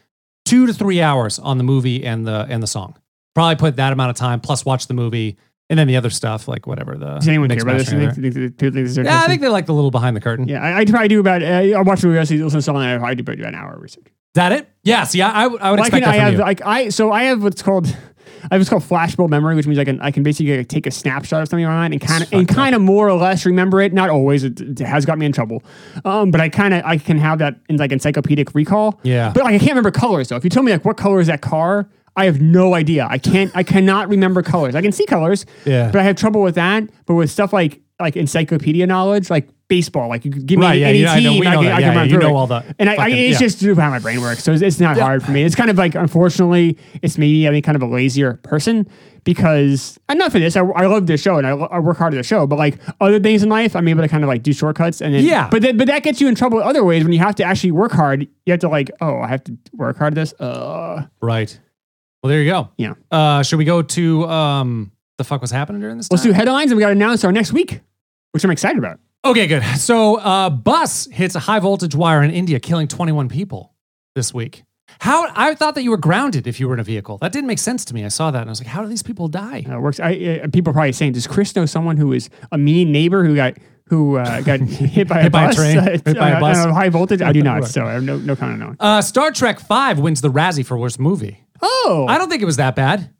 S1: two to three hours on the movie and the and the song. Probably put that amount of time plus watch the movie and then the other stuff like whatever the.
S3: Does anyone care
S1: mix,
S3: about this?
S1: mastering,
S3: Do you
S1: other-
S3: think- do you think- do you think this is
S1: yeah, I
S3: interesting?
S1: think they like the little behind the curtain.
S3: Yeah, I, I probably do about. Uh, I watch the movie. Listen to song. I probably do about an hour of research.
S1: Is that it? Yeah. See, I, I, would- I would
S3: Like,
S1: expect
S3: I
S1: that from
S3: have
S1: you.
S3: like I so I have what's called. I have what's called flashbulb memory, which means I can I can basically like, take a snapshot of something in my mind and kind of
S1: It's
S3: and
S1: fucked up.
S3: kind of more or less remember it. Not always; it, it has got me in trouble. Um, but I kind of I can have that in like encyclopedic recall.
S1: Yeah.
S3: But like I can't remember colors though. If you told me like what color is that car, I have no idea. I can't I cannot remember colors. I can see colors.
S1: Yeah.
S3: But I have trouble with that. But with stuff like like encyclopedia knowledge, like baseball, like you could give me
S1: Right,
S3: any,
S1: yeah,
S3: any
S1: you know, I know-
S3: team,
S1: we
S3: I,
S1: know
S3: can,
S1: that.
S3: I can
S1: Yeah,
S3: run
S1: you
S3: through
S1: know
S3: it.
S1: all the
S3: and I,
S1: fucking-
S3: I it's
S1: yeah.
S3: just just how my brain works. So it's, it's not hard for me. It's kind of like, unfortunately, it's me I'm kind of a lazier person because enough of this. I, I love this show and I, lo- I work hard at the show, but like other things in life, I'm able to kind of like do shortcuts and then,
S1: Yeah.
S3: But then, but that gets you in trouble other ways when you have to actually work hard. You have to like, oh, I have to work hard at this. Uh,
S1: right. Well, there you go.
S3: yeah.
S1: Uh, should we go to um, the fuck was happening during this?
S3: Let's
S1: time?
S3: do headlines and we got to announce our next week, which I'm excited about.
S1: Okay, good. So, uh, bus hits a high voltage wire in India, killing 21 people this week. How I thought that you were grounded if you were in a vehicle. That didn't make sense to me. I saw that and I was like, how do these people die?
S3: Uh, it works. I, uh, people are probably saying, "Does Chris know someone who is a mean neighbor who got who uh, got hit by a
S1: by a
S3: bus?
S1: train,
S3: Uh,
S1: hit by a
S3: on on
S1: bus.
S3: high voltage?" I do not.
S1: Right.
S3: So I have no no comment on. it.
S1: Uh, Star Trek Five wins the Razzie for worst movie.
S3: Oh,
S1: I don't think it was that bad.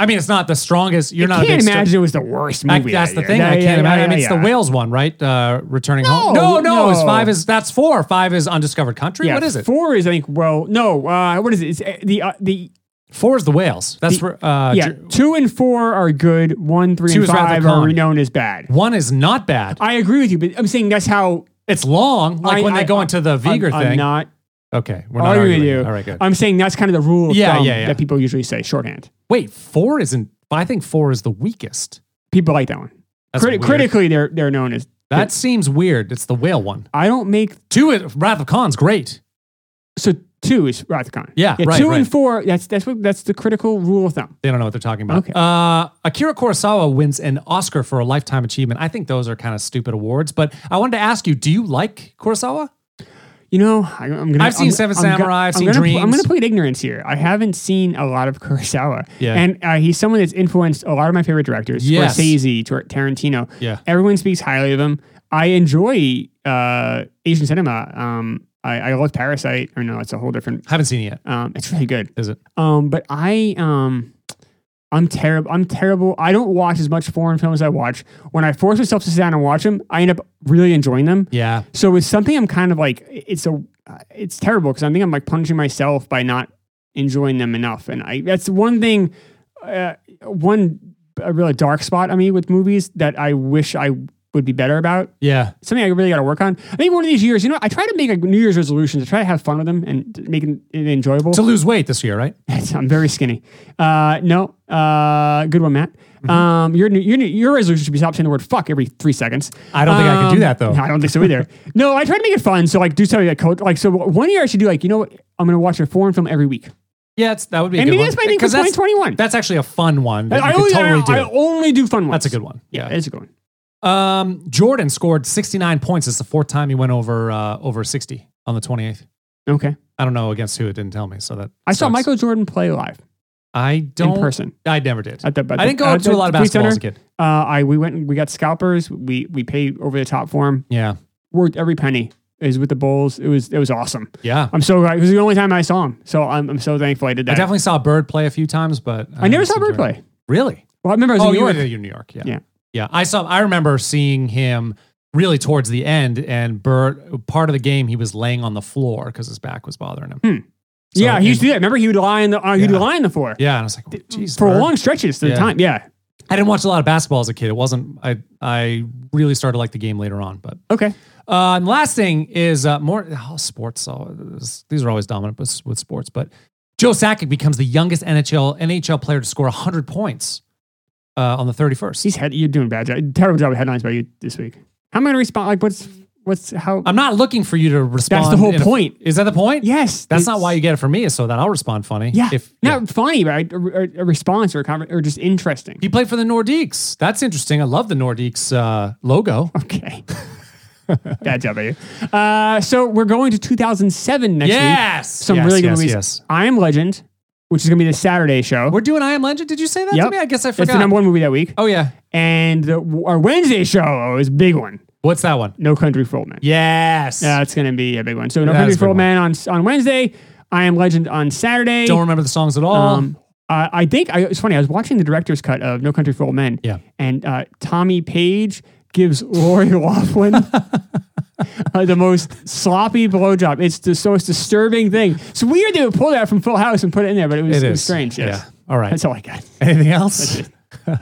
S1: I mean, it's not the strongest. You're not. a
S3: I
S1: big
S3: can't
S1: Star-
S3: imagine it was the worst
S1: I-
S3: movie.
S1: that's
S3: that
S1: the
S3: year.
S1: thing.
S3: Yeah,
S1: I can't
S3: yeah,
S1: imagine.
S3: yeah,
S1: I mean, it's
S3: yeah.
S1: the whales one, right? Uh, returning home. No,
S3: No,
S1: no. It's
S3: no.
S1: five is that's four. Five is undiscovered country.
S3: Yeah,
S1: what is it? Four,
S3: Four is I think. Well, no. Uh, what is it? It's uh, the uh, the
S1: is the whales. That's where uh,
S3: yeah.
S1: Ju-
S3: Two and four are good. One, three,
S1: Two
S3: and
S1: is rather
S3: five are
S1: common.
S3: renowned as bad.
S1: one is not bad.
S3: I agree with you, but I'm saying that's how.
S1: it's long, like
S3: I-
S1: when they
S3: I-
S1: go into the Viger
S3: I'm,
S1: thing.
S3: I'm not
S1: okay, we're not
S3: arguing
S1: arguing.
S3: with you.
S1: All right, good.
S3: I'm saying that's kind of the rule of
S1: Yeah,
S3: thumb
S1: yeah, yeah.
S3: that people usually say shorthand.
S1: Wait, four isn't. I think four is the weakest.
S3: People like that one.
S1: That's
S3: Criti-
S1: weird.
S3: critically, they're they're known as.
S1: That seems weird. It's the whale one.
S3: I don't make
S1: Two is Wrath of Khan's great.
S3: so two is Rathcon.
S1: Yeah, right,
S3: two
S1: right.
S3: and four. That's that's what that's the critical rule of thumb.
S1: They don't know what they're talking about.
S3: Okay.
S1: Uh, Akira Kurosawa wins an Oscar for a lifetime achievement. I think those are kind of stupid awards, but I wanted to ask you: Do you like Kurosawa?
S3: You know, I, am gonna.
S1: I've seen
S3: I'm-
S1: Seven
S3: I'm go-
S1: Samurai, I've
S3: I'm
S1: seen
S3: gonna, pl- I'm
S1: Dreams.
S3: gonna plead ignorance here. I haven't seen a lot of Kurosawa.
S1: Yeah.
S3: and uh, he's someone that's influenced a lot of my favorite directors.
S1: Yes.
S3: Scorsese, Tar- Tarantino.
S1: Yeah.
S3: everyone speaks highly of him. I enjoy uh, Asian cinema. Um, I, I love Parasite. Or no, it's a whole different.
S1: Haven't seen it yet.
S3: Um, it's really good.
S1: Is it?
S3: Um, but I um, I'm terrible. I'm terrible. I don't watch as much foreign films as I watch. When I force myself to sit down and watch them, I end up really enjoying them.
S1: Yeah.
S3: So it's something I'm kind of like. It's a. It's terrible because I think I'm like punishing myself by not enjoying them enough, and I. That's one thing. Uh, one a real dark spot on me with movies that I wish I would be better about
S1: Yeah.
S3: something I really got to work on. I think one of these years, you know, I try to make like New Year's resolutions. I try to have fun with them and make it enjoyable.
S1: To lose weight this year, right?
S3: That's- I'm very skinny. Uh, no, uh, good one, Matt.
S1: Mm-hmm.
S3: Um, your, new- your new- your resolution should be stop saying the word fuck every three seconds.
S1: I don't think I can do that, though.
S3: no, I don't think so either. no, I try to make it fun. So like do something like code. Like so, one year I should do like you know what? I'm gonna watch a foreign film every week.
S1: Yeah, it's, that would be. A
S3: And
S1: good
S3: maybe
S1: one.
S3: that's my thing for
S1: Because
S3: 2021.
S1: That's actually a fun one. That
S3: I,
S1: you could
S3: only,
S1: totally
S3: I,
S1: do.
S3: I only do fun ones.
S1: that's a good one.
S3: Yeah, it's a good one.
S1: Um, Jordan scored 69 points. It's the fourth time he went over uh, over 60 on the 28th.
S3: Okay,
S1: I don't know against who. It didn't tell me. So that
S3: I saw
S1: sucks.
S3: Michael Jordan play live
S1: I don't.
S3: in person.
S1: I never did.
S3: At the, at
S1: I didn't go
S3: the-
S1: out
S3: at
S1: to
S3: the
S1: a lot of
S3: Tweet
S1: basketball as a
S3: Center.
S1: kid.
S3: Uh, I we went and we got scalpers. We we paid over the top for them.
S1: Yeah.
S3: Worked every penny. Is with the Bulls. It was it was awesome.
S1: Yeah.
S3: I'm so glad. It was the only time I saw him. So I'm, I'm so thankful I did
S1: I
S3: that.
S1: definitely saw Bird play a few times, but
S3: I never
S1: haven't
S3: saw
S1: seen
S3: Bird
S1: Jordan.
S3: play.
S1: Really?
S3: Well, I remember I was
S1: Oh,
S3: in New
S1: you were
S3: York.
S1: there, you're in New York. Yeah.
S3: Yeah.
S1: Yeah. I saw I remember seeing him really towards the end and Bird part of the game he was laying on the floor because his back was bothering him. So
S3: yeah, he used
S1: in-
S3: to do that. Remember, he would lie in the uh, he'd
S1: Yeah.
S3: lie in the floor
S1: Yeah. And I was like, oh, geez.
S3: for
S1: Bird."
S3: long stretches to
S1: Yeah.
S3: the time. Yeah.
S1: I didn't watch a lot of basketball as a kid. It wasn't I I really started to like the game later on, but
S3: Okay.
S1: Uh, and last thing is uh, more oh, sports. So this- these are always dominant with, with sports, but Joe Sakic becomes the youngest NHL NHL player to score 100 points uh, on the 31st.
S3: He's head. You're doing a bad job. Terrible job of headlines by you this week. How am I gonna respond? Like, what's what's how?
S1: I'm not looking for you to respond.
S3: whole
S1: in a-
S3: point.
S1: is that the point?
S3: yes.
S1: That's
S3: it's-
S1: not why you get it from me. Is so that I'll respond funny.
S3: Yeah.
S1: If
S3: not funny, but a, a, a response or a conver- or just interesting.
S1: he played for the Nordiques, that's interesting. I love the Nordiques uh, logo.
S3: Okay. Bad job by you. Uh, so we're going to 2007 next week.
S1: yes.
S3: Some
S1: Yes,
S3: really good
S1: yes,
S3: movies.
S1: Yes.
S3: I Am Legend, which is going to be the Saturday show.
S1: We're doing I Am Legend. Did you say that to
S3: Yep.
S1: me? I guess I
S3: It's
S1: forgot.
S3: the number one movie that week.
S1: oh yeah.
S3: And the, our Wednesday show is a big one.
S1: What's that one?
S3: No Country for Old Men.
S1: Yes.
S3: That's going to be a big one. So No
S1: That is
S3: Country
S1: a
S3: for
S1: big one.
S3: Old Men on on Wednesday. I Am Legend on Saturday.
S1: Don't remember the songs at all.
S3: Um, uh, I think I, it's funny. I was watching the director's cut of No Country for Old Men.
S1: Yeah.
S3: And uh, Tommy Page gives Lori Laughlin uh, the most sloppy blowjob. It's the most disturbing thing. It's weird they would pull that from Full House and put it in there, but it was,
S1: It
S3: it
S1: is
S3: was strange. Yes.
S1: Yeah. All right.
S3: That's all I got.
S1: Anything else? all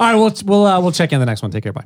S1: right. We'll we'll uh, we'll check in the next one. Take care. Bye.